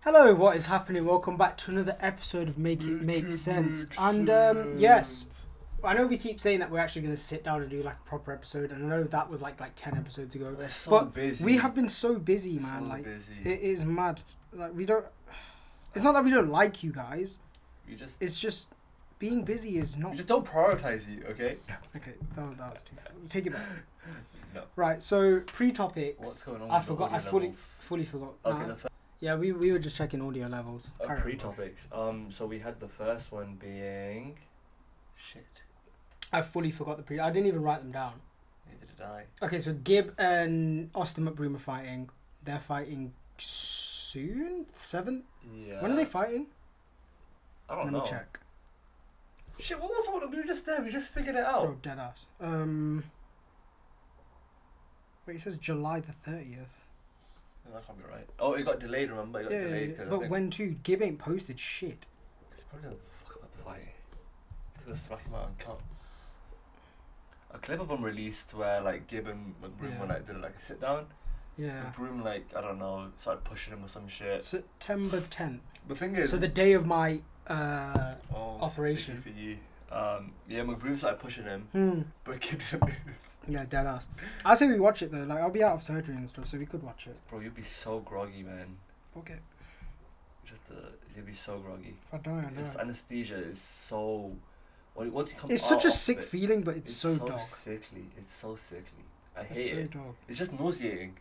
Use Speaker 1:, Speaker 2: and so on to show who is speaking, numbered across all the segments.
Speaker 1: Hello, what is happening? Welcome back to another episode of Make It Make Sense. And um, yes, I know we keep saying that we're actually going to sit down and do like a proper episode, and I know that was like like ten episodes ago.
Speaker 2: We're so
Speaker 1: But
Speaker 2: busy.
Speaker 1: We have been so busy, man.
Speaker 2: so
Speaker 1: like
Speaker 2: busy.
Speaker 1: it is mad. Like we don't. It's not that we don't like you guys.
Speaker 2: you just
Speaker 1: It's just being busy is
Speaker 2: you
Speaker 1: not.
Speaker 2: just don't prioritize you, okay?
Speaker 1: Okay, that was, that was too. Take it back.
Speaker 2: No.
Speaker 1: Right. So pre topics.
Speaker 2: What's going on?
Speaker 1: I
Speaker 2: with the
Speaker 1: forgot. I
Speaker 2: audio
Speaker 1: fully
Speaker 2: levels?
Speaker 1: fully forgot.
Speaker 2: Okay,
Speaker 1: Nah.
Speaker 2: the first
Speaker 1: Yeah, we, we were just checking audio levels.
Speaker 2: uh,
Speaker 1: Apparently.
Speaker 2: pre topics. Um, so we had the first one being shit.
Speaker 1: I fully forgot the pre. I didn't even write them down.
Speaker 2: Neither did I.
Speaker 1: Okay, so Gib and Austin McBroom are fighting. They're fighting soon. Seventh.
Speaker 2: Yeah. Oh,
Speaker 1: When are they fighting?
Speaker 2: I don't
Speaker 1: Let
Speaker 2: know.
Speaker 1: me check.
Speaker 2: Shit, what was the one we were just there? We just figured it
Speaker 1: Oh,
Speaker 2: out.
Speaker 1: dead ass. Um. Wait, it says July the thirtieth.
Speaker 2: No, that can't be right. Oh, it got delayed. Remember, it got
Speaker 1: Yeah, yeah,
Speaker 2: delayed.
Speaker 1: yeah.
Speaker 2: 'cause I
Speaker 1: but
Speaker 2: think-
Speaker 1: when too? Gib ain't posted shit.
Speaker 2: It's probably gonna fuck up the fight. He's gonna smack him out and cut. A clip of him released where like Gib and McBroom
Speaker 1: Yeah.
Speaker 2: were like doing like a sit down.
Speaker 1: Yeah.
Speaker 2: McBroom like I don't know started pushing him or some shit.
Speaker 1: September tenth.
Speaker 2: The thing is,
Speaker 1: So the day of my. Uh,
Speaker 2: oh,
Speaker 1: operation.
Speaker 2: sticky for you. Um, yeah, McBroom started pushing him,
Speaker 1: hmm.
Speaker 2: but Gib didn't move.
Speaker 1: Yeah, dead ass. I say we watch it though. Like I'll be out of surgery and stuff, so we could watch it.
Speaker 2: Bro, you'd be so groggy, man.
Speaker 1: Okay.
Speaker 2: Just uh, you'd be so groggy.
Speaker 1: If I die, I
Speaker 2: This
Speaker 1: die.
Speaker 2: anesthesia is so. when- Once you come
Speaker 1: It's such
Speaker 2: out
Speaker 1: a
Speaker 2: of
Speaker 1: sick
Speaker 2: it,
Speaker 1: feeling, but it's, so, dark.
Speaker 2: sickly. It's so sickly. I
Speaker 1: It's
Speaker 2: hate
Speaker 1: so
Speaker 2: it.
Speaker 1: dark.
Speaker 2: It's just nauseating.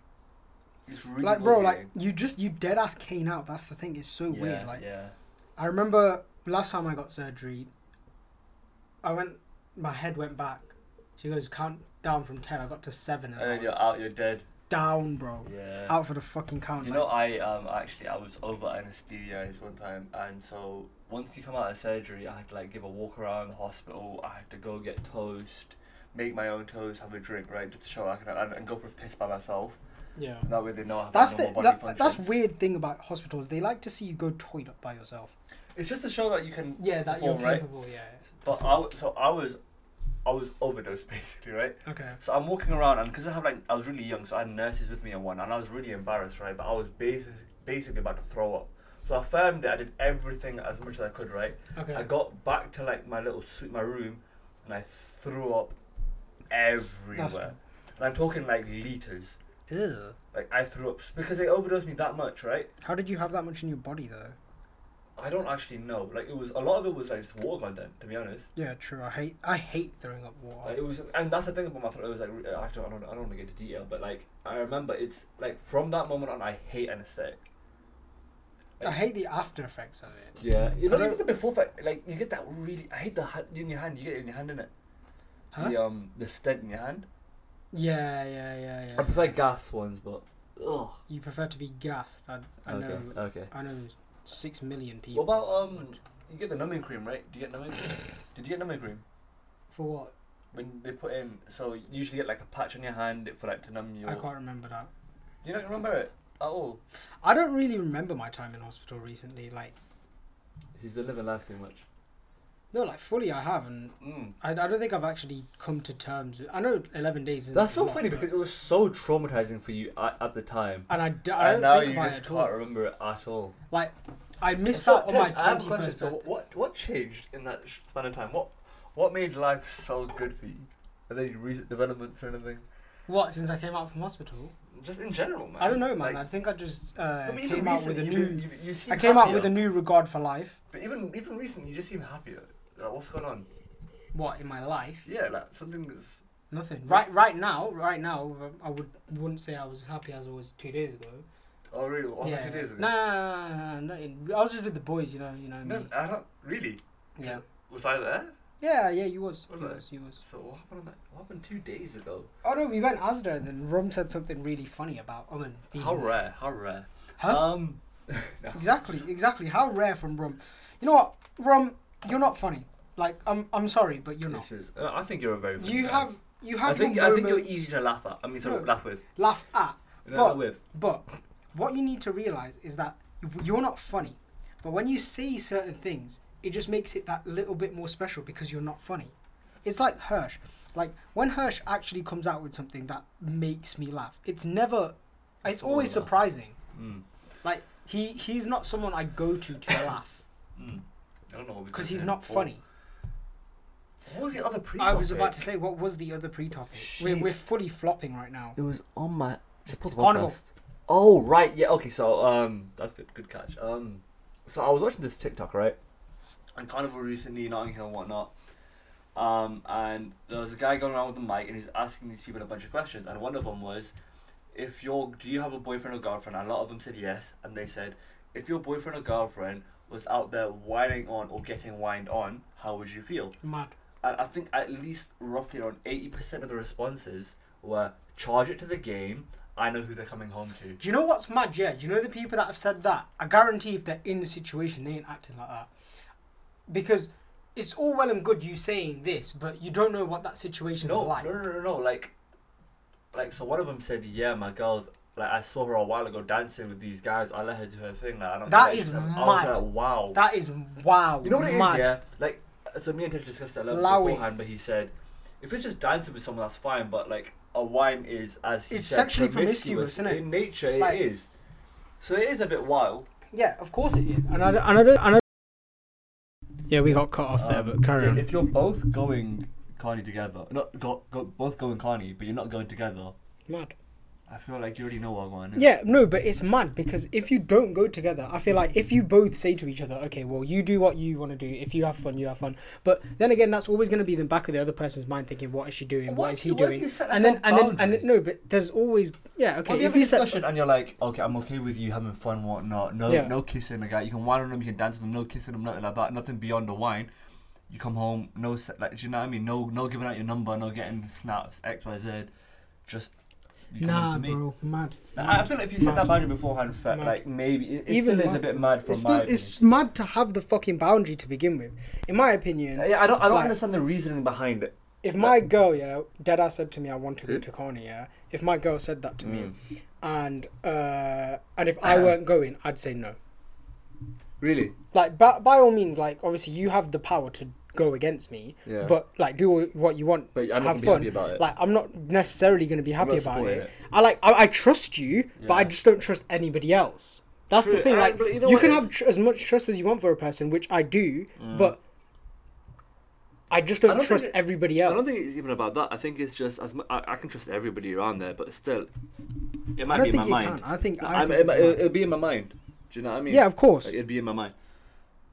Speaker 2: It's really
Speaker 1: like, bro, like
Speaker 2: nauseating.
Speaker 1: you just you dead ass cane out. That's the thing. It's so
Speaker 2: yeah,
Speaker 1: weird. Like
Speaker 2: yeah.
Speaker 1: I remember last time I got surgery, I went, my head went back. She goes count down from ten. I got to seven. And
Speaker 2: And
Speaker 1: I
Speaker 2: then
Speaker 1: was
Speaker 2: you're out. You're dead.
Speaker 1: down, bro.
Speaker 2: Yeah.
Speaker 1: Out for the fucking count.
Speaker 2: You
Speaker 1: like,
Speaker 2: know, I um actually I was over anesthetized one time, and so once you come out of surgery, I had to like give a walk around the hospital. I had to go get toast, make my own toast, have a drink, right, just to show I can and, and go for a piss by myself.
Speaker 1: yeah.
Speaker 2: That way they know I have like,
Speaker 1: That's the
Speaker 2: normal body
Speaker 1: that, that's
Speaker 2: functions.
Speaker 1: weird thing about hospitals. They like to see you go toilet by yourself.
Speaker 2: It's just to show that you can.
Speaker 1: Yeah, that
Speaker 2: perform,
Speaker 1: you're
Speaker 2: right.
Speaker 1: capable. Yeah.
Speaker 2: But I w- so I was, I was overdosed basically, right.
Speaker 1: Okay.
Speaker 2: So I'm walking around, and because I have like I was really young, so I had nurses with me and one, and I was really embarrassed, right? But I was basically basically about to throw up. So I filmed it. I did everything as much as I could, right?
Speaker 1: Okay.
Speaker 2: I got back to like my little suite, my room, and I threw up everywhere.
Speaker 1: That's good.
Speaker 2: and I'm talking like liters.
Speaker 1: Ew.
Speaker 2: Like I threw up s- because they overdosed me that much, right?
Speaker 1: How did you have that much in your body though?
Speaker 2: I don't actually know. Like it was a lot of it was like just water content, to be honest.
Speaker 1: Yeah, true. I hate I hate throwing up water.
Speaker 2: Like, it was, and that's the thing about my throat. It was like re- I don't, I don't, I don't want to get into detail, but like I remember, it's like from that moment on, I hate anesthetic.
Speaker 1: I hate the after effects of it.
Speaker 2: Yeah, you
Speaker 1: I
Speaker 2: know,
Speaker 1: don't-
Speaker 2: even the before fact, like you get that really. I hate the ha- in your hand. You get it in your hand, innit?
Speaker 1: Huh?
Speaker 2: The um, the stead in your hand.
Speaker 1: Yeah, yeah, yeah, yeah.
Speaker 2: I prefer gas ones, but ugh.
Speaker 1: You prefer to be gassed. I, I
Speaker 2: okay,
Speaker 1: know.
Speaker 2: okay.
Speaker 1: I know. Six million
Speaker 2: What
Speaker 1: people.
Speaker 2: about um? You get the numbing cream, right? Do you get numbing cream? Did you get numbing cream?
Speaker 1: For what?
Speaker 2: When they put in, so you usually get like a patch on your hand for like to numb your.
Speaker 1: I can't remember that.
Speaker 2: You don't remember it at all.
Speaker 1: I don't really remember my time in hospital recently. Like,
Speaker 2: He's been living life too much.
Speaker 1: no, like fully I haven't.
Speaker 2: Mm.
Speaker 1: I, I don't think I've actually come to terms with. I know eleven days. Isn't
Speaker 2: That's
Speaker 1: a
Speaker 2: so
Speaker 1: lot,
Speaker 2: funny
Speaker 1: but-
Speaker 2: because it was so traumatizing for you at, at the time,
Speaker 1: And I, d- I
Speaker 2: and
Speaker 1: don't
Speaker 2: now
Speaker 1: think
Speaker 2: you
Speaker 1: about
Speaker 2: just
Speaker 1: it at
Speaker 2: can't
Speaker 1: all.
Speaker 2: remember it at all.
Speaker 1: Like, I missed
Speaker 2: So,
Speaker 1: out on my
Speaker 2: Tej, I have a
Speaker 1: twenty
Speaker 2: question.
Speaker 1: first.
Speaker 2: So what what changed in that sh- span of time? What what made life so good for you? Are there any recent developments or anything?
Speaker 1: What since I came out from hospital?
Speaker 2: Just in general, man.
Speaker 1: I don't know, man.
Speaker 2: Like,
Speaker 1: I think I just uh,
Speaker 2: I mean, even
Speaker 1: came out with a
Speaker 2: recently,
Speaker 1: new.
Speaker 2: You, you, you seem
Speaker 1: I came out with a
Speaker 2: happier.
Speaker 1: new regard for life.
Speaker 2: But even even recently, you just seem happier. Like, what's going on?
Speaker 1: What in my life?
Speaker 2: Yeah, like something that's.
Speaker 1: Nothing. Right, right now, right now, I would wouldn't say I was as happy as I was two days ago.
Speaker 2: Oh really? What
Speaker 1: yeah.
Speaker 2: it is?
Speaker 1: Nah, nah, nah, nah, nah, nah. I was just with the boys, you know, you know me.
Speaker 2: No, uh, I don't really.
Speaker 1: Yeah.
Speaker 2: Was I there?
Speaker 1: Yeah, yeah, you was.
Speaker 2: Was
Speaker 1: you
Speaker 2: I?
Speaker 1: was, you was.
Speaker 2: So what happened on that? What happened two days ago?
Speaker 1: Oh no, we went Asda and then Rom said something really funny about Owen. being-
Speaker 2: How rare? How rare?
Speaker 1: Huh?
Speaker 2: Um. no.
Speaker 1: Exactly, exactly. How rare from Rom. You know what, Rom, you're not funny. Like I'm, I'm sorry, but you're not.
Speaker 2: This is, uh, I think you're a very. funny
Speaker 1: You
Speaker 2: guy.
Speaker 1: have, you
Speaker 2: I
Speaker 1: have
Speaker 2: think
Speaker 1: your
Speaker 2: I think you're
Speaker 1: moments-
Speaker 2: easy to laugh at. I mean, sorry,
Speaker 1: No.
Speaker 2: laugh with.
Speaker 1: laugh at.
Speaker 2: No,
Speaker 1: But-
Speaker 2: not with.
Speaker 1: But what you need to realize is that you're not funny. But when you say certain things, it just makes it that little bit more special because you're not funny. It's like Hirsch. Like when Hirsch actually comes out with something that makes me laugh, it's never, it's
Speaker 2: all
Speaker 1: always
Speaker 2: laugh.
Speaker 1: surprising.
Speaker 2: Mm.
Speaker 1: Like he he's not someone I go to to laugh
Speaker 2: Mm. I don't know what we
Speaker 1: because
Speaker 2: did
Speaker 1: he's
Speaker 2: then.
Speaker 1: not
Speaker 2: What-
Speaker 1: funny.
Speaker 2: What was the other pre?
Speaker 1: I was about to say what was the other pre-topic? We're, we're
Speaker 2: Shit.
Speaker 1: fully flopping right now.
Speaker 2: It was on my. Just pull the
Speaker 1: Carnival.
Speaker 2: podcast. Oh right, yeah. Okay, so um, that's good. Good catch. Um, so I was watching this TikTok right, on Carnival recently, Notting Hill, and whatnot. Um, and there was a guy going around with a mic, and he's asking these people a bunch of questions. And one of them was, if you're, do you have a boyfriend or girlfriend? And a lot of them said yes, and they said, if your boyfriend or girlfriend was out there whining on or getting whined on, how would you feel?
Speaker 1: Mad.
Speaker 2: and I think at least roughly around eighty percent of the responses were charge it to the game. I know who they're coming home to.
Speaker 1: Do you know what's mad? Yeah, do you know the people that have said that? I guarantee if they're in the situation, they ain't acting like that. Because it's all well and good you saying this, but you don't know what that situation's
Speaker 2: No,
Speaker 1: like.
Speaker 2: no, no, no, no. Like, like so. One of them said, "Yeah, my girls." Like I saw her a while ago dancing with these guys. I let her do her thing. Like I don't.
Speaker 1: That
Speaker 2: care."
Speaker 1: is
Speaker 2: I was
Speaker 1: mad.
Speaker 2: like, wow.
Speaker 1: That is wow.
Speaker 2: you know what it is?
Speaker 1: mad.
Speaker 2: Yeah. Like so, me and Ted discussed that a little
Speaker 1: Lowy.
Speaker 2: bit beforehand, but he said, if it's just dancing with someone, that's fine. But like a wine is, as he
Speaker 1: It's
Speaker 2: said,
Speaker 1: sexually promiscuous, isn't it?
Speaker 2: In nature,
Speaker 1: Like-
Speaker 2: it is. So it is a bit wild.
Speaker 1: Yeah, of course it is.
Speaker 2: Mm.
Speaker 1: And I, and I, don't- and I yeah, we got cut off there,
Speaker 2: Um,
Speaker 1: but carry
Speaker 2: yeah,
Speaker 1: on.
Speaker 2: If you're both going Carney together, not go, go, both going Carney, but you're not going together,
Speaker 1: mad.
Speaker 2: I feel like you already know what I'm going.
Speaker 1: Yeah, no, but it's mad because if you don't go together, I feel like if you both say to each other, okay, well, you do what you want to do. If you have fun, you have fun. But then again, that's always going to be in the back of the other person's mind, thinking, what is she doing? what is he doing? and then and then and then, no, but there's always yeah. Okay,
Speaker 2: Well,
Speaker 1: if
Speaker 2: if
Speaker 1: you
Speaker 2: you
Speaker 1: set
Speaker 2: discussion and you're like, okay, I'm okay with you having fun, whatnot. No,
Speaker 1: Yeah.
Speaker 2: no kissing a guy. You can wine on them, you can dance with them, no kissing them, nothing like that. Nothing beyond the wine. You come home, no, se- like, do you know what I mean? No, no giving out your number, no getting snaps, X, Y, Z. Just you come
Speaker 1: nah,
Speaker 2: to me.
Speaker 1: bro, mad.
Speaker 2: Like, I I feel like if you set
Speaker 1: Mad.
Speaker 2: that boundary beforehand, fa-
Speaker 1: Mad.
Speaker 2: like maybe it, it
Speaker 1: Even
Speaker 2: still is
Speaker 1: mad.
Speaker 2: a bit mad from
Speaker 1: It's
Speaker 2: my.
Speaker 1: still
Speaker 2: opinion.
Speaker 1: it's mad to have the fucking boundary to begin with, in my opinion.
Speaker 2: Yeah, I don't, I don't
Speaker 1: Like-
Speaker 2: understand the reasoning behind it.
Speaker 1: If my girl, yeah, dad ass said to me, I want to go to Corny, yeah. If my girl said that to
Speaker 2: mm.
Speaker 1: me, and uh, and if I weren't going, I'd say no.
Speaker 2: Really?
Speaker 1: Like, by, by all means, like obviously you have the power to go against me,
Speaker 2: Yeah.
Speaker 1: but like do all- what you want,
Speaker 2: But I'm not
Speaker 1: have
Speaker 2: gonna be
Speaker 1: fun.
Speaker 2: happy about it.
Speaker 1: Like I'm not necessarily going to be happy
Speaker 2: not
Speaker 1: about
Speaker 2: supporting
Speaker 1: it.
Speaker 2: it.
Speaker 1: I like I, I trust you, but I
Speaker 2: Yeah.
Speaker 1: just don't trust anybody else. That's the
Speaker 2: True,
Speaker 1: thing.
Speaker 2: and I-
Speaker 1: Like
Speaker 2: but
Speaker 1: you,
Speaker 2: you know what,
Speaker 1: can
Speaker 2: it- Mm.
Speaker 1: have tr- as much trust as you want for a person, which I do, but I just don't,
Speaker 2: I don't
Speaker 1: trust
Speaker 2: think it-
Speaker 1: everybody else.
Speaker 2: I don't think it's even about that. I think it's just as mu- I, I can trust everybody around there, but still, it might
Speaker 1: I don't
Speaker 2: be in
Speaker 1: think
Speaker 2: my
Speaker 1: you
Speaker 2: mind.
Speaker 1: can. I think I
Speaker 2: I'm- it,
Speaker 1: think it's mad.
Speaker 2: will be in my mind. Do you know what I mean?
Speaker 1: Yeah, of course.
Speaker 2: Like, it'd be in my mind.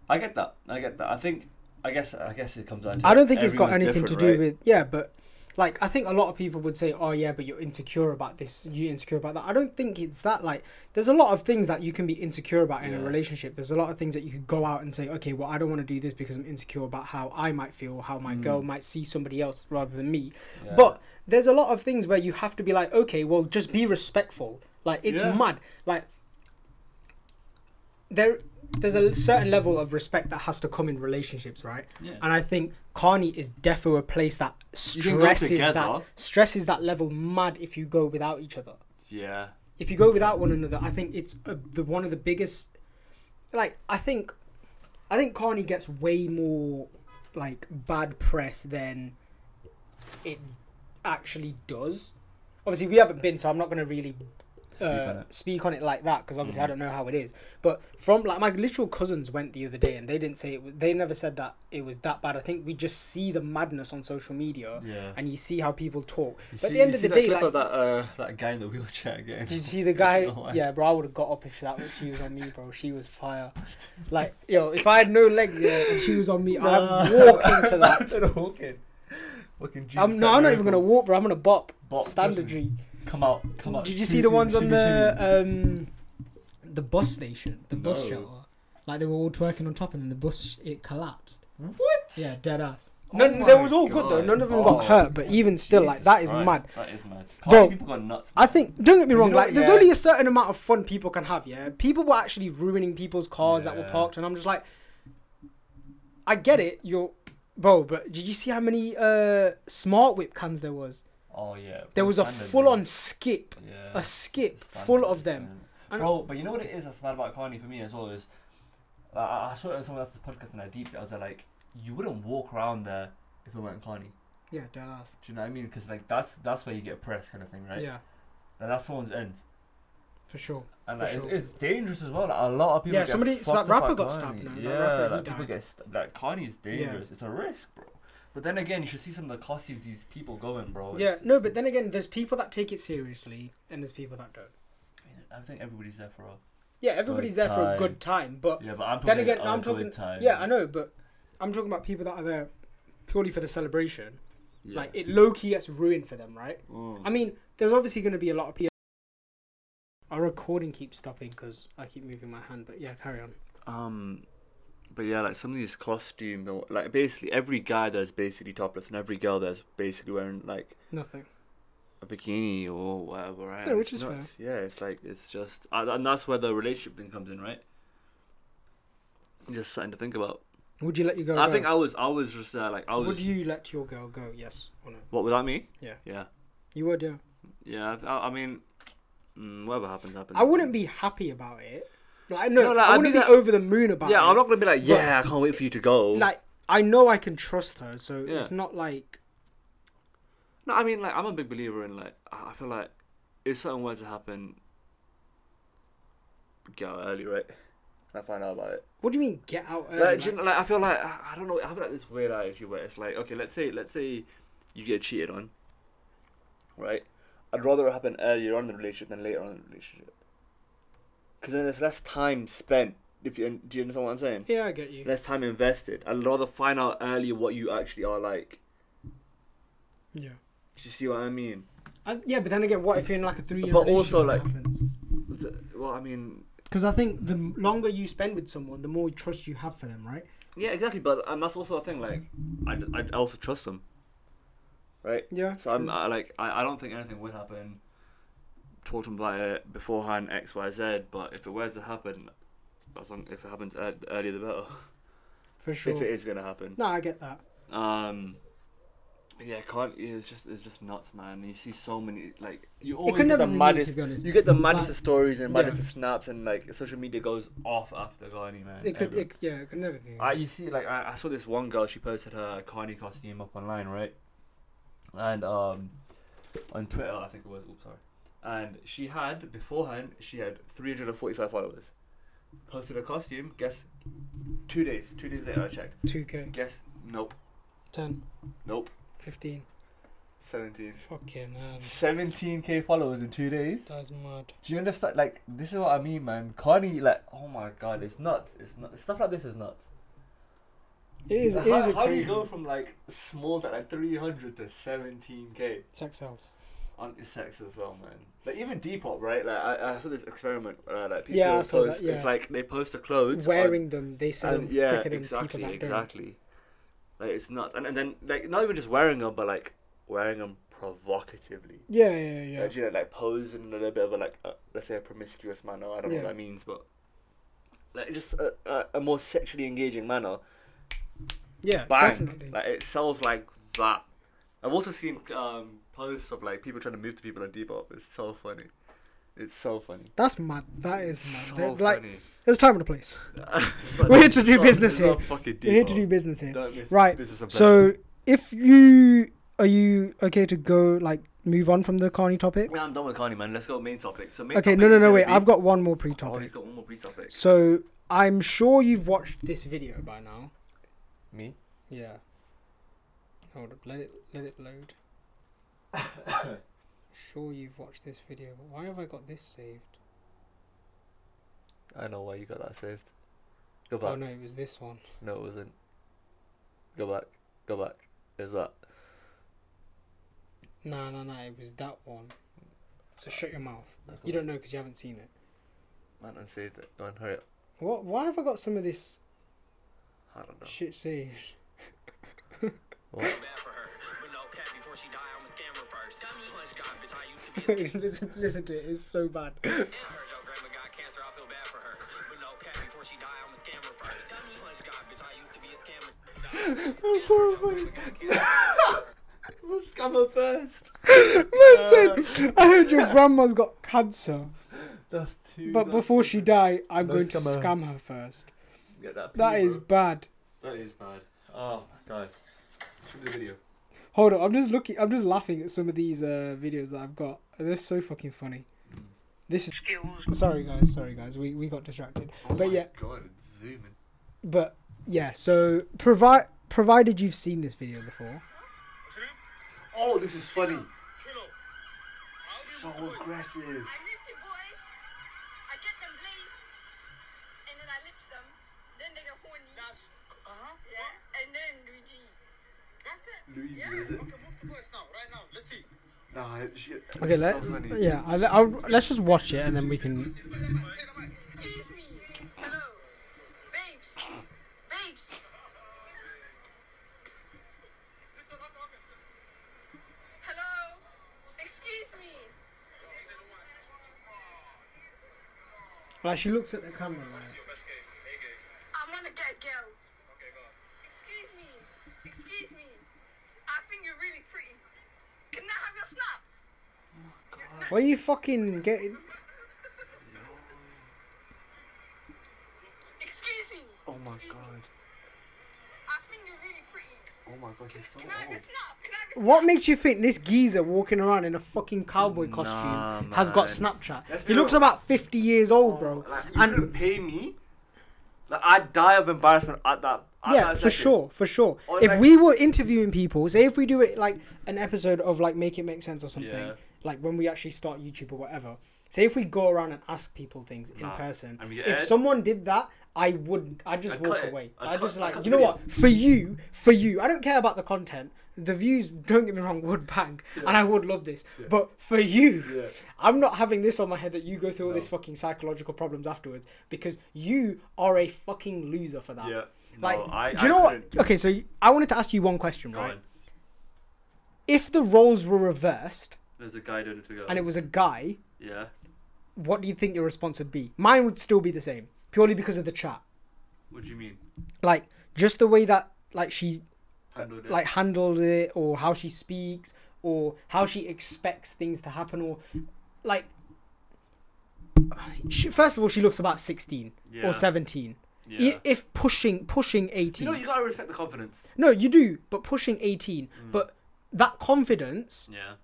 Speaker 2: I get that. I get that. I think. I guess. I guess it comes down. to
Speaker 1: I don't think it's got
Speaker 2: everyone's
Speaker 1: anything to do
Speaker 2: different, right?
Speaker 1: with yeah, but like I think a lot of people would say, oh yeah, but you're insecure about this, you're insecure about that. I don't think it's that. Like, there's a lot of things that you can be insecure about in a
Speaker 2: Yeah.
Speaker 1: relationship. There's a lot of things that you could go out and say, okay, well, I don't want to do this because I'm insecure about how I might feel, how my girl might see somebody else rather than me.
Speaker 2: Mm. Yeah.
Speaker 1: But there's a lot of things where you have to be like, okay, well, just be respectful. Like it's
Speaker 2: Yeah.
Speaker 1: mad. Like there there's a certain level of respect that has to come in relationships, right?
Speaker 2: Yeah.
Speaker 1: And I think Carney is definitely a place that
Speaker 2: can go
Speaker 1: stresses that
Speaker 2: together.
Speaker 1: stresses that level mad if you go without each other.
Speaker 2: Yeah.
Speaker 1: If you go without one another, I think it's a, the one of the biggest. Like I think, I think Carney gets way more like bad press than it actually does. Obviously, we haven't been, so I'm not going to really
Speaker 2: on
Speaker 1: uh,
Speaker 2: it. Mm.
Speaker 1: speak on it like that because obviously I don't know how it is. But from like my literal cousins went the other day and they didn't say it. Was, they never said that it was that bad. I think we just see the madness on social media
Speaker 2: Yeah.
Speaker 1: and you see how people talk.
Speaker 2: You
Speaker 1: but at
Speaker 2: see-
Speaker 1: the end
Speaker 2: you
Speaker 1: of
Speaker 2: see
Speaker 1: the
Speaker 2: that
Speaker 1: day,
Speaker 2: clip
Speaker 1: like,
Speaker 2: of that uh, that guy in the wheelchair getting.
Speaker 1: did you see the
Speaker 2: I
Speaker 1: guy?
Speaker 2: don't know why.
Speaker 1: Yeah, bro, I would have got up if that was, she was on me, bro. She was fire. Like yo, if I had no legs, yeah, and she was on me, I'd walk into that.
Speaker 2: Instead of walking. Fucking Jesus,
Speaker 1: I'm, no,
Speaker 2: that
Speaker 1: I'm not even gonna
Speaker 2: miracle.
Speaker 1: walk, bro. I'm gonna bop.
Speaker 2: Bop,
Speaker 1: Standard
Speaker 2: doesn't
Speaker 1: G.
Speaker 2: Come out, come out.
Speaker 1: Did you see the ones on the um, the bus station, the bus
Speaker 2: No.
Speaker 1: shelter? Like they were all twerking on top, and then the bus it collapsed.
Speaker 2: What?
Speaker 1: Yeah, dead ass.
Speaker 2: Oh
Speaker 1: None, they
Speaker 2: my
Speaker 1: was all good though.
Speaker 2: God.
Speaker 1: None of them
Speaker 2: Oh.
Speaker 1: got hurt, but even still, like
Speaker 2: Jesus
Speaker 1: that is
Speaker 2: Christ,
Speaker 1: mad.
Speaker 2: That is mad.
Speaker 1: Bro,
Speaker 2: Bro, people got nuts.
Speaker 1: I think don't get me
Speaker 2: You
Speaker 1: wrong.
Speaker 2: know
Speaker 1: Like
Speaker 2: what,
Speaker 1: there's
Speaker 2: yeah.
Speaker 1: only a certain amount of fun people can have. Yeah, people were actually ruining people's cars that were
Speaker 2: Yeah.
Speaker 1: parked, and I'm just like, I get it. You're, bro, but did you see how many uh smart whip cans there was?
Speaker 2: Oh yeah. bro,
Speaker 1: There was a
Speaker 2: standard,
Speaker 1: full
Speaker 2: bro.
Speaker 1: on skip,
Speaker 2: Yeah.
Speaker 1: a skip
Speaker 2: standard,
Speaker 1: full of them.
Speaker 2: standard.
Speaker 1: And-
Speaker 2: Bro, but you know what it is that's mad about Carney for me as well is, like, I I saw it on someone else's podcast and I deep. I was like, you wouldn't walk around there if it weren't Carney.
Speaker 1: Yeah, dead ass.
Speaker 2: Do you know what I mean? Because like that's that's where you get pressed kind of thing, right?
Speaker 1: Yeah.
Speaker 2: And that's someone's end.
Speaker 1: for sure.
Speaker 2: And
Speaker 1: For
Speaker 2: like,
Speaker 1: sure.
Speaker 2: it's, it's dangerous as well. Like, a lot of people.
Speaker 1: Yeah,
Speaker 2: get
Speaker 1: somebody- so
Speaker 2: fucked
Speaker 1: that
Speaker 2: up by
Speaker 1: rapper got
Speaker 2: Kanye.
Speaker 1: stabbed now. That
Speaker 2: Yeah,
Speaker 1: rapper, he
Speaker 2: like, people
Speaker 1: died.
Speaker 2: get stabbed. Like Kanye is dangerous. It's a risk, bro. But then again, you should see some of the costs of these people going, bro.
Speaker 1: Yeah,
Speaker 2: Oh, It's-
Speaker 1: no, but then again, there's people that take it seriously, and there's people that don't.
Speaker 2: I think everybody's there for a.
Speaker 1: Yeah, everybody's there for a good time, but
Speaker 2: Yeah, but I'm talking.
Speaker 1: then again,
Speaker 2: a
Speaker 1: I'm
Speaker 2: good
Speaker 1: talking.
Speaker 2: Time.
Speaker 1: Yeah, I know, but I'm talking about people that are there purely for the celebration.
Speaker 2: Yeah.
Speaker 1: Like it low key gets ruined for them, right?
Speaker 2: Mm.
Speaker 1: I mean, there's obviously going to be a lot of people. Our recording keeps stopping because I keep moving my hand, but yeah, carry on.
Speaker 2: Um, but yeah, like some of these costumes, or- like basically every guy that's basically topless and every girl that's basically wearing like
Speaker 1: Nothing.
Speaker 2: a bikini or whatever, right?
Speaker 1: Yeah,
Speaker 2: And
Speaker 1: which
Speaker 2: it's
Speaker 1: is fair.
Speaker 2: nuts. Yeah, it's like it's just, uh, and that's where the relationship thing comes in, right? Just something to think about.
Speaker 1: Would you let your girl?
Speaker 2: I
Speaker 1: go?
Speaker 2: think I was, I was just uh, like, I was.
Speaker 1: Would you let your girl go? Yes or no?
Speaker 2: What without me?
Speaker 1: Yeah.
Speaker 2: Yeah.
Speaker 1: You would, yeah.
Speaker 2: Yeah. I, I- I mean, mm, whatever happens, happens.
Speaker 1: I wouldn't be happy about it. Like no,
Speaker 2: No, like,
Speaker 1: I
Speaker 2: I'd
Speaker 1: wouldn't
Speaker 2: be
Speaker 1: be
Speaker 2: that-
Speaker 1: over the moon about
Speaker 2: Yeah,
Speaker 1: it.
Speaker 2: I'm not gonna be like,
Speaker 1: But-
Speaker 2: yeah, I can't wait for you to go.
Speaker 1: Like I know I can trust her, so
Speaker 2: Yeah.
Speaker 1: it's not like
Speaker 2: No, I mean, like, I'm a big believer in, like, I I feel like if something were to happen, get out early, right? And I find out about it.
Speaker 1: What do you mean get out early?
Speaker 2: like, do you
Speaker 1: Like,
Speaker 2: know, like, I feel like, I I don't know, I have like this weird attitude where it's like, okay, let's say, let's say you get cheated on, right? I'd rather it happen earlier on in the relationship than later on in the relationship. Because then there's less time spent. If you, do you understand what I'm saying?
Speaker 1: yeah, I get you.
Speaker 2: Less time invested. I'd rather find out earlier what you actually are like.
Speaker 1: yeah.
Speaker 2: Do you see what I mean?
Speaker 1: I, yeah, but then again, what if you're in like a three-year
Speaker 2: But
Speaker 1: relationship?
Speaker 2: also, like-
Speaker 1: because
Speaker 2: The- well, I mean,
Speaker 1: I think the m- longer you spend with someone, the more trust you have for them, right?
Speaker 2: Yeah, exactly. But and that's also a thing. Like, I, I also trust them, right?
Speaker 1: Yeah.
Speaker 2: So I'm I, like, I, I don't think anything would happen. Talk to them about it beforehand, X, Y, Z. But if it were to happen, as long if it happens ear- the earlier, the better.
Speaker 1: for sure.
Speaker 2: If it is gonna happen.
Speaker 1: No, I get that.
Speaker 2: Um. Yeah, can't. yeah, It's just it's just nuts, man. You see so many like you
Speaker 1: It
Speaker 2: always
Speaker 1: could
Speaker 2: get
Speaker 1: never
Speaker 2: the
Speaker 1: be me, to
Speaker 2: maddest.
Speaker 1: be honest.
Speaker 2: You get the maddest
Speaker 1: Like,
Speaker 2: of stories and
Speaker 1: yeah.
Speaker 2: maddest of snaps and like social media goes off after Garney, man.
Speaker 1: it could,
Speaker 2: Everyone-
Speaker 1: it, yeah, it could never be.
Speaker 2: I you see like I, I saw this one girl she posted her Kanye costume up online right, and um, on Twitter I think it was oops sorry, and she had beforehand she had three hundred and forty five followers, posted her costume guess, two days two days later I checked
Speaker 1: 2K,
Speaker 2: guess nope
Speaker 1: 10,
Speaker 2: nope
Speaker 1: 15.
Speaker 2: seventeen.
Speaker 1: Fucking hell.
Speaker 2: 17k followers in two days.
Speaker 1: That's mad.
Speaker 2: Do you understand? Like, this is what I mean, man. Kanye, like, oh my god, it's nuts. It's nuts. Stuff like this is nuts.
Speaker 1: It is, it
Speaker 2: how,
Speaker 1: is a
Speaker 2: how do you
Speaker 1: crazy.
Speaker 2: go from like small to like 300 to 17k
Speaker 1: Sex sells.
Speaker 2: on sex as well, man? Like even Depop, right? Like I, I saw this experiment uh, like people
Speaker 1: Yeah, I
Speaker 2: post.
Speaker 1: saw that, yeah.
Speaker 2: It's like they post the clothes on-
Speaker 1: Wearing them, they sell
Speaker 2: and
Speaker 1: them
Speaker 2: Um, yeah,
Speaker 1: quicker than
Speaker 2: exactly,
Speaker 1: people that don't.
Speaker 2: exactly. Like it's nuts, and and then like not even just wearing them, but like wearing them provocatively.
Speaker 1: Yeah, yeah, yeah.
Speaker 2: Like, you know, like pose in a little bit of a like, uh, let's say a promiscuous manner. I don't know
Speaker 1: Yeah.
Speaker 2: what that means, but like just a, a, a more sexually engaging manner.
Speaker 1: Yeah,
Speaker 2: bang.
Speaker 1: definitely.
Speaker 2: Like it sells like that. I've also seen um, posts of like people trying to move to people on Depop. It's so funny. It's so funny.
Speaker 1: That's mad. That is mad.
Speaker 2: So
Speaker 1: They're- like,
Speaker 2: funny.
Speaker 1: there's time and a place.
Speaker 2: But
Speaker 1: We're here to
Speaker 2: it's
Speaker 1: do
Speaker 2: not-
Speaker 1: business
Speaker 2: it's
Speaker 1: here.
Speaker 2: not fucking
Speaker 1: We're here to
Speaker 2: Depop.
Speaker 1: do business here.
Speaker 2: Don't miss
Speaker 1: Right,
Speaker 2: business and
Speaker 1: So, if you are you okay to go like move on from the Carney topic?
Speaker 2: pleasure. yeah, I'm done with Kanye, man. Let's go main topic. So main
Speaker 1: Okay, no,
Speaker 2: topic
Speaker 1: no,
Speaker 2: is
Speaker 1: no.
Speaker 2: gonna
Speaker 1: Wait,
Speaker 2: be-
Speaker 1: I've got one more
Speaker 2: Oh, he's
Speaker 1: pre-topic.
Speaker 2: got one more pre-topic.
Speaker 1: So I'm sure you've watched this video by now.
Speaker 2: Me?
Speaker 1: Yeah. Hold up. Let it let it load. sure you've watched this video, but why have I got this saved?
Speaker 2: I know why you got that saved. Go
Speaker 1: Oh
Speaker 2: back.
Speaker 1: no, it was this one.
Speaker 2: no. it wasn't. Go back. Go back. Is that?
Speaker 1: No, no, no. It was that one. So shut your mouth. You don't know because you haven't seen it.
Speaker 2: Man, unsaved it. Go on, hurry up.
Speaker 1: What? Why have I got some of this
Speaker 2: I don't know.
Speaker 1: shit saved?
Speaker 3: bad for her. But no cap, before she died, I'm a scammer first. Dummy. Punch God, bitch, I used to be a
Speaker 1: listen, listen to it. It's so bad.
Speaker 3: scammer. Heard your grandma got cancer, I feel bad for her. But no cap, before she died, I'm a scammer first. Dummy. Punch God, bitch, I used to be a scammer.
Speaker 2: That's so funny. Let's come up first. Uh,
Speaker 1: Man said, I heard your grandma's got cancer,
Speaker 2: That's too.
Speaker 1: but before she die, I'm
Speaker 2: Let's
Speaker 1: going to
Speaker 2: come
Speaker 1: scam her first.
Speaker 2: get that,
Speaker 1: That is bad.
Speaker 2: that is bad. Oh my god. Show me the video.
Speaker 1: Hold on, I'm just looking. I'm just laughing at some of these uh, videos that I've got. They're so fucking funny. This is
Speaker 4: skills.
Speaker 1: sorry guys, sorry guys, we, we got distracted.
Speaker 2: Oh
Speaker 1: But
Speaker 2: my
Speaker 1: yeah,
Speaker 2: God, it's zooming.
Speaker 1: but yeah, so provide provided you've seen this video before.
Speaker 2: Oh, this is funny.
Speaker 3: Hello. I'll be
Speaker 2: So
Speaker 3: with the boys.
Speaker 2: aggressive.
Speaker 5: I lift the boys, I get them blazed, and then I lift them. Then they get horny.
Speaker 3: That's uh-huh.
Speaker 5: Yeah, and then we do. That's it.
Speaker 2: Luigi
Speaker 5: yeah.
Speaker 2: does it.
Speaker 3: Okay, move the boys now, right now. Let's see.
Speaker 2: Nah, shit.
Speaker 1: Okay,
Speaker 2: let.
Speaker 1: let yeah, I, I'll, let's just watch it and then we can.
Speaker 5: Tease me. Hello. Babes. Babes. Hello. Excuse me.
Speaker 1: Like she looks at the camera. Like,
Speaker 5: I want to get girl. Excuse me. Excuse me. I think you're really pretty. Can I have your snap?
Speaker 1: Why are you fucking getting?
Speaker 5: Excuse me.
Speaker 2: Oh my
Speaker 5: Excuse me.
Speaker 2: god.
Speaker 5: I think you're really pretty.
Speaker 2: Oh my god, he's so
Speaker 5: Can I have your
Speaker 2: old.
Speaker 5: snap? Can I have your
Speaker 1: What makes you think this geezer walking around in a fucking cowboy costume
Speaker 2: Nah,
Speaker 1: has got
Speaker 2: man.
Speaker 1: Snapchat?
Speaker 2: Let's be
Speaker 1: he looks
Speaker 2: real. Oh,
Speaker 1: about fifty years old, bro.
Speaker 2: Like, you
Speaker 1: and
Speaker 2: couldn't pay me. Like, I'd die of embarrassment at that. At
Speaker 1: yeah,
Speaker 2: that
Speaker 1: for
Speaker 2: second.
Speaker 1: sure, for sure.
Speaker 2: Or
Speaker 1: if
Speaker 2: like-
Speaker 1: we were interviewing people, say if we do it like an episode of like Make It Make Sense or something,
Speaker 2: Yeah.
Speaker 1: like when we actually start YouTube or whatever, say if we go around and ask people things in
Speaker 2: Nah.
Speaker 1: person,
Speaker 2: And we get
Speaker 1: if
Speaker 2: aired.
Speaker 1: someone did that, I would, I'd just
Speaker 2: I'd
Speaker 1: walk
Speaker 2: cut it.
Speaker 1: away.
Speaker 2: I'd
Speaker 1: I'd,
Speaker 2: cut-
Speaker 1: just
Speaker 2: I'd
Speaker 1: like,
Speaker 2: cut the
Speaker 1: you know
Speaker 2: video.
Speaker 1: what? For you, for you, I don't care about the content. The views, don't get me wrong, would bang, and I would love this. But for you,
Speaker 2: Yeah.
Speaker 1: I'm not having this on my head that you go through all these fucking psychological problems afterwards because you are a fucking loser for that.
Speaker 2: Yeah.
Speaker 1: Like,
Speaker 2: no, I,
Speaker 1: do you
Speaker 2: I
Speaker 1: know
Speaker 2: couldn't.
Speaker 1: what? Okay, so y- I wanted to ask you one question,
Speaker 2: Go
Speaker 1: right?
Speaker 2: on.
Speaker 1: If the roles were reversed
Speaker 2: There's a guy doing it to go.
Speaker 1: and it was a guy,
Speaker 2: yeah.
Speaker 1: what do you think your response would be? Mine would still be the same, purely because of the chat.
Speaker 2: What do you mean?
Speaker 1: Like, just the way that, like, she,
Speaker 2: Handled it.
Speaker 1: Uh, like, handled it, or how she speaks, or how she expects things to happen, or, like, she, first of all, she looks about 16
Speaker 2: Yeah.
Speaker 1: or 17. I-
Speaker 2: Yeah.
Speaker 1: If pushing, pushing 18.
Speaker 2: you know, you gotta respect the confidence.
Speaker 1: No, you do, but pushing 18.
Speaker 2: Mm.
Speaker 1: But that confidence
Speaker 2: Yeah.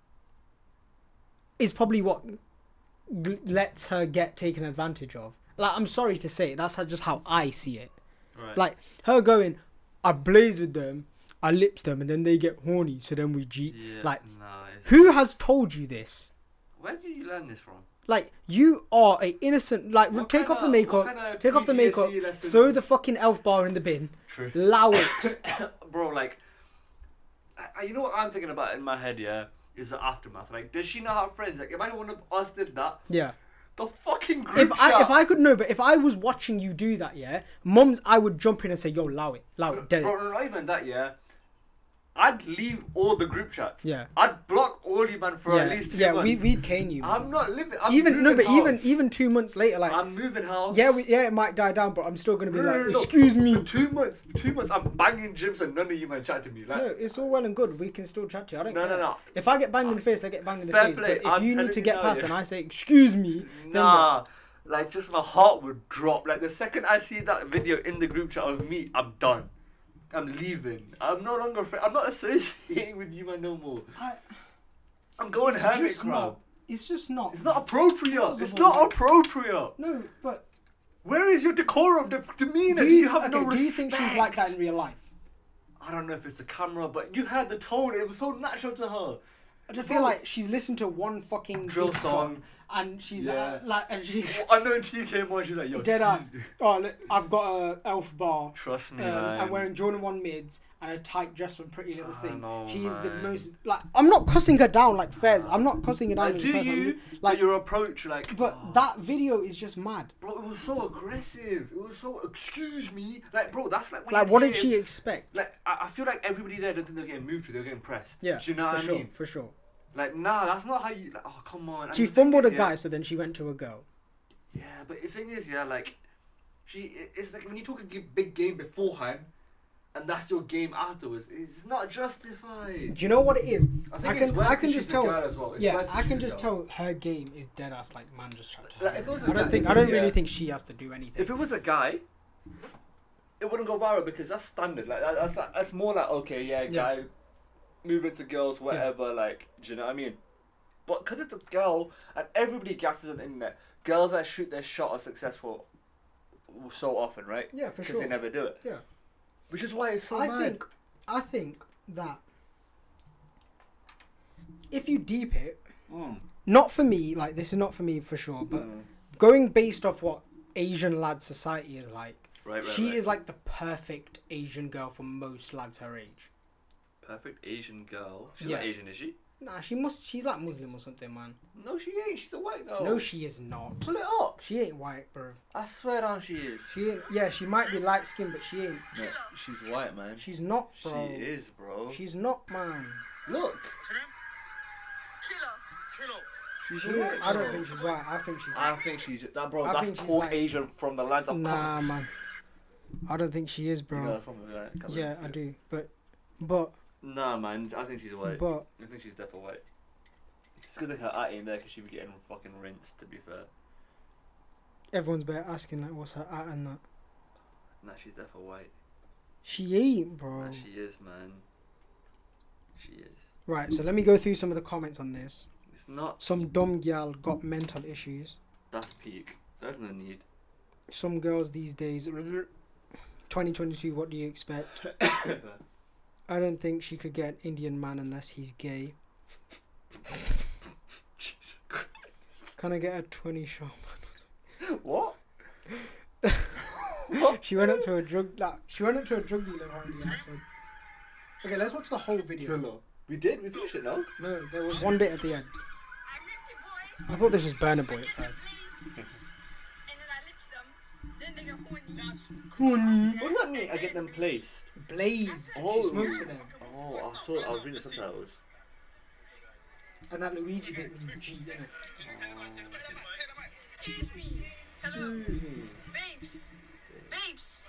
Speaker 1: is probably what g- lets her get taken advantage of. Like, I'm sorry to say, it, that's how, just how I see it.
Speaker 2: Right.
Speaker 1: Like, her going, I blaze with them, I lips them, and then they get horny, so then we G.
Speaker 2: Yeah,
Speaker 1: Like,
Speaker 2: nah, it's-
Speaker 1: who has told you this?
Speaker 2: Where did you learn this from?
Speaker 1: Like you are a innocent. Like
Speaker 2: What
Speaker 1: take off the
Speaker 2: kinda- what
Speaker 1: makeup,
Speaker 2: kinda
Speaker 1: take off the makeup,
Speaker 2: PGCE lesson?
Speaker 1: throw the fucking elf bar in the bin,
Speaker 2: True.
Speaker 1: allow it.
Speaker 2: Bro, like, I, I- you know what I'm thinking about in my head, yeah? Is the aftermath. Like, does she not have friends? Like, imagine one of us did that.
Speaker 1: yeah.
Speaker 2: The fucking group
Speaker 1: If I
Speaker 2: chat.
Speaker 1: if I could know, but if I was watching you do that, yeah, mums, I would jump in and say, "Yo, allow it, allow it, dead it."
Speaker 2: Bro, not even that, yeah. I'd leave all the group chats.
Speaker 1: Yeah.
Speaker 2: I'd block all you, man, for
Speaker 1: yeah,
Speaker 2: at least two
Speaker 1: yeah,
Speaker 2: months.
Speaker 1: we we cane you.
Speaker 2: I'm not living. I'm
Speaker 1: even no,
Speaker 2: moving
Speaker 1: but
Speaker 2: house.
Speaker 1: even even two months later, like
Speaker 2: I'm moving house.
Speaker 1: yeah, we, yeah, it might die down, but I'm still gonna be
Speaker 2: No, no, no,
Speaker 1: like,
Speaker 2: no.
Speaker 1: excuse me.
Speaker 2: For two months, for two months, I'm banging gyms and none of you man chat to me. Like,
Speaker 1: No, it's all well and good. We can still chat to you. I don't
Speaker 2: No, no,
Speaker 1: care.
Speaker 2: no. Uh,
Speaker 1: If I get banged in the face, I get banged in the
Speaker 2: Fair
Speaker 1: face.
Speaker 2: play,
Speaker 1: But if
Speaker 2: I'm
Speaker 1: you
Speaker 2: telling
Speaker 1: need to
Speaker 2: you
Speaker 1: get
Speaker 2: now,
Speaker 1: past
Speaker 2: yeah.
Speaker 1: and I say, excuse me, then
Speaker 2: Nah, like just my heart would drop. Like the second I see that video in the group chat of me, I'm done. I'm leaving. I'm no longer. Fr- I'm not associating with you, man, no more.
Speaker 1: I-
Speaker 2: I'm going
Speaker 1: it's
Speaker 2: hermit
Speaker 1: just
Speaker 2: crab.
Speaker 1: not. It's just not.
Speaker 2: It's not appropriate. It's
Speaker 1: Plausible,
Speaker 2: not
Speaker 1: man.
Speaker 2: appropriate.
Speaker 1: No, but
Speaker 2: Where is your decorum, de- demeanor?
Speaker 1: do
Speaker 2: Do
Speaker 1: you,
Speaker 2: have
Speaker 1: okay,
Speaker 2: no respect?
Speaker 1: do you think she's like that in real life?
Speaker 2: I don't know if it's the camera, but you heard the tone. It was so natural to her.
Speaker 1: I just feel like she's listened to one fucking
Speaker 2: Drill
Speaker 1: drill song,
Speaker 2: song.
Speaker 1: and she's
Speaker 2: Yeah.
Speaker 1: uh, like, and she's
Speaker 2: I know she came on. She's like, yo,
Speaker 1: dead ass.
Speaker 2: excuse
Speaker 1: Oh, look, I've got a elf bar.
Speaker 2: Trust me,
Speaker 1: um,
Speaker 2: man.
Speaker 1: I'm wearing Jordan one mids and a tight dress from Pretty Little
Speaker 2: I
Speaker 1: Thing.
Speaker 2: know,
Speaker 1: she is the
Speaker 2: man.
Speaker 1: most like. I'm not cussing her down like Fez. I'm not cussing her down
Speaker 2: Like, Uh,
Speaker 1: as
Speaker 2: do
Speaker 1: a person. I'm
Speaker 2: you?
Speaker 1: just-
Speaker 2: Like
Speaker 1: like,
Speaker 2: your approach, like.
Speaker 1: but
Speaker 2: "Oh,
Speaker 1: that video is just mad.
Speaker 2: Bro, it was so aggressive. It was so. Excuse me, like, bro, that's like. When
Speaker 1: Like,
Speaker 2: you
Speaker 1: what did
Speaker 2: give-
Speaker 1: she expect?
Speaker 2: Like, I, I feel like everybody there didn't think they were getting moved to. They were getting pressed.
Speaker 1: yeah,
Speaker 2: Do you know
Speaker 1: for
Speaker 2: what
Speaker 1: sure,
Speaker 2: I mean?
Speaker 1: for sure.
Speaker 2: Like, nah, that's not how you. Like, oh, come on. And
Speaker 1: She
Speaker 2: the thing
Speaker 1: fumbled a
Speaker 2: is, yeah-
Speaker 1: guy, so then she went to a girl.
Speaker 2: Yeah, but the thing is, yeah, like, she i- it's like when you talk a g- big game beforehand, and that's your game afterwards. It's not justified.
Speaker 1: Do you know what it is?
Speaker 2: I
Speaker 1: I,
Speaker 2: think it's
Speaker 1: can
Speaker 2: worse
Speaker 1: I
Speaker 2: if
Speaker 1: can
Speaker 2: she's
Speaker 1: just
Speaker 2: a
Speaker 1: tell.
Speaker 2: girl as well. It's
Speaker 1: Yeah,
Speaker 2: worse if
Speaker 1: I can
Speaker 2: she's a
Speaker 1: just
Speaker 2: girl.
Speaker 1: tell her game is dead ass like man just trapped her.
Speaker 2: Like, if it was a
Speaker 1: I
Speaker 2: guy-
Speaker 1: don't think
Speaker 2: if
Speaker 1: I
Speaker 2: it-
Speaker 1: don't really
Speaker 2: yeah.
Speaker 1: think she has to do anything.
Speaker 2: If it was a guy, it wouldn't go viral because that's standard. Like that- that's like, that's more like okay, yeah,
Speaker 1: Yeah.
Speaker 2: guy, move into girls, whatever. Like, do you know what I mean? But because it's a girl, and everybody gasses on the internet, girls that shoot their shot are successful so often, right?
Speaker 1: Yeah, for
Speaker 2: Because
Speaker 1: sure.
Speaker 2: they never do it.
Speaker 1: Yeah.
Speaker 2: Which is why it's so
Speaker 1: I
Speaker 2: mad.
Speaker 1: think I think that if you deep it,
Speaker 2: Mm.
Speaker 1: not for me, like this is not for me for sure, but going based off what Asian lad society is like,
Speaker 2: Right, right,
Speaker 1: she
Speaker 2: right.
Speaker 1: is like the perfect Asian girl for most lads her age.
Speaker 2: Perfect Asian girl. She's
Speaker 1: Yeah.
Speaker 2: not Asian, is she?
Speaker 1: Nah, she must. She's like Muslim or something, man.
Speaker 2: No, she ain't. She's a white girl.
Speaker 1: No, she is not.
Speaker 2: Pull it up.
Speaker 1: She ain't white, bro.
Speaker 2: I swear on she is.
Speaker 1: She ain't. Yeah, she might be light skinned, but she ain't.
Speaker 2: No, she's white, man.
Speaker 1: She's not,
Speaker 2: she
Speaker 1: bro.
Speaker 2: is, bro.
Speaker 1: She's not, man.
Speaker 2: Look.
Speaker 5: Killer.
Speaker 3: Kilo.
Speaker 2: She's
Speaker 1: She
Speaker 2: a
Speaker 1: ain't,
Speaker 2: white
Speaker 1: I
Speaker 2: girl.
Speaker 1: don't think she's white. I think she's.
Speaker 2: I think she's that bro.
Speaker 1: I think
Speaker 2: that's
Speaker 1: she's
Speaker 2: Caucasian from the lands of
Speaker 1: Nah,
Speaker 2: Caucasus.
Speaker 1: man. I don't think she is, bro.
Speaker 2: You know that's from the right?
Speaker 1: yeah, I do. But, but,
Speaker 2: Nah, man. I think she's white.
Speaker 1: but
Speaker 2: I think she's definitely white. It's good that her eye ain't there because she'd be getting fucking rinsed. To be fair,
Speaker 1: everyone's better asking like, what's her at and that.
Speaker 2: nah, she's definitely white.
Speaker 1: She ain't, bro.
Speaker 2: Nah, she is, man. She is.
Speaker 1: Right. So let me go through some of the comments on this.
Speaker 2: It's not.
Speaker 1: Some dumb gal got mental issues.
Speaker 2: That's peak. There's no need.
Speaker 1: Some girls these days. 2022. What do you expect? I don't think she could get an Indian man unless he's gay.
Speaker 2: Jesus Christ.
Speaker 1: Can I get a 20 shot?
Speaker 2: What? what?
Speaker 1: She went up to a drug. Like, she went up to a drug dealer apparently. and asked him- Okay, let's watch the whole video.
Speaker 2: We did. We finished it now.
Speaker 1: No, there was one bit at the end.
Speaker 5: I ripped it, boys.
Speaker 1: I thought this was Burner Boy at
Speaker 5: Get them,
Speaker 1: first.
Speaker 5: please. and then I lips them. Then they get horny.
Speaker 2: What does that mean? I get them placed.
Speaker 1: Blaze.
Speaker 2: Oh.
Speaker 1: She smokes with him.
Speaker 2: Oh, I thought I was reading subtitles.
Speaker 1: And that Luigi bit was G. innit?
Speaker 5: Excuse me. Hello.
Speaker 2: Excuse me.
Speaker 5: Babes. Babes.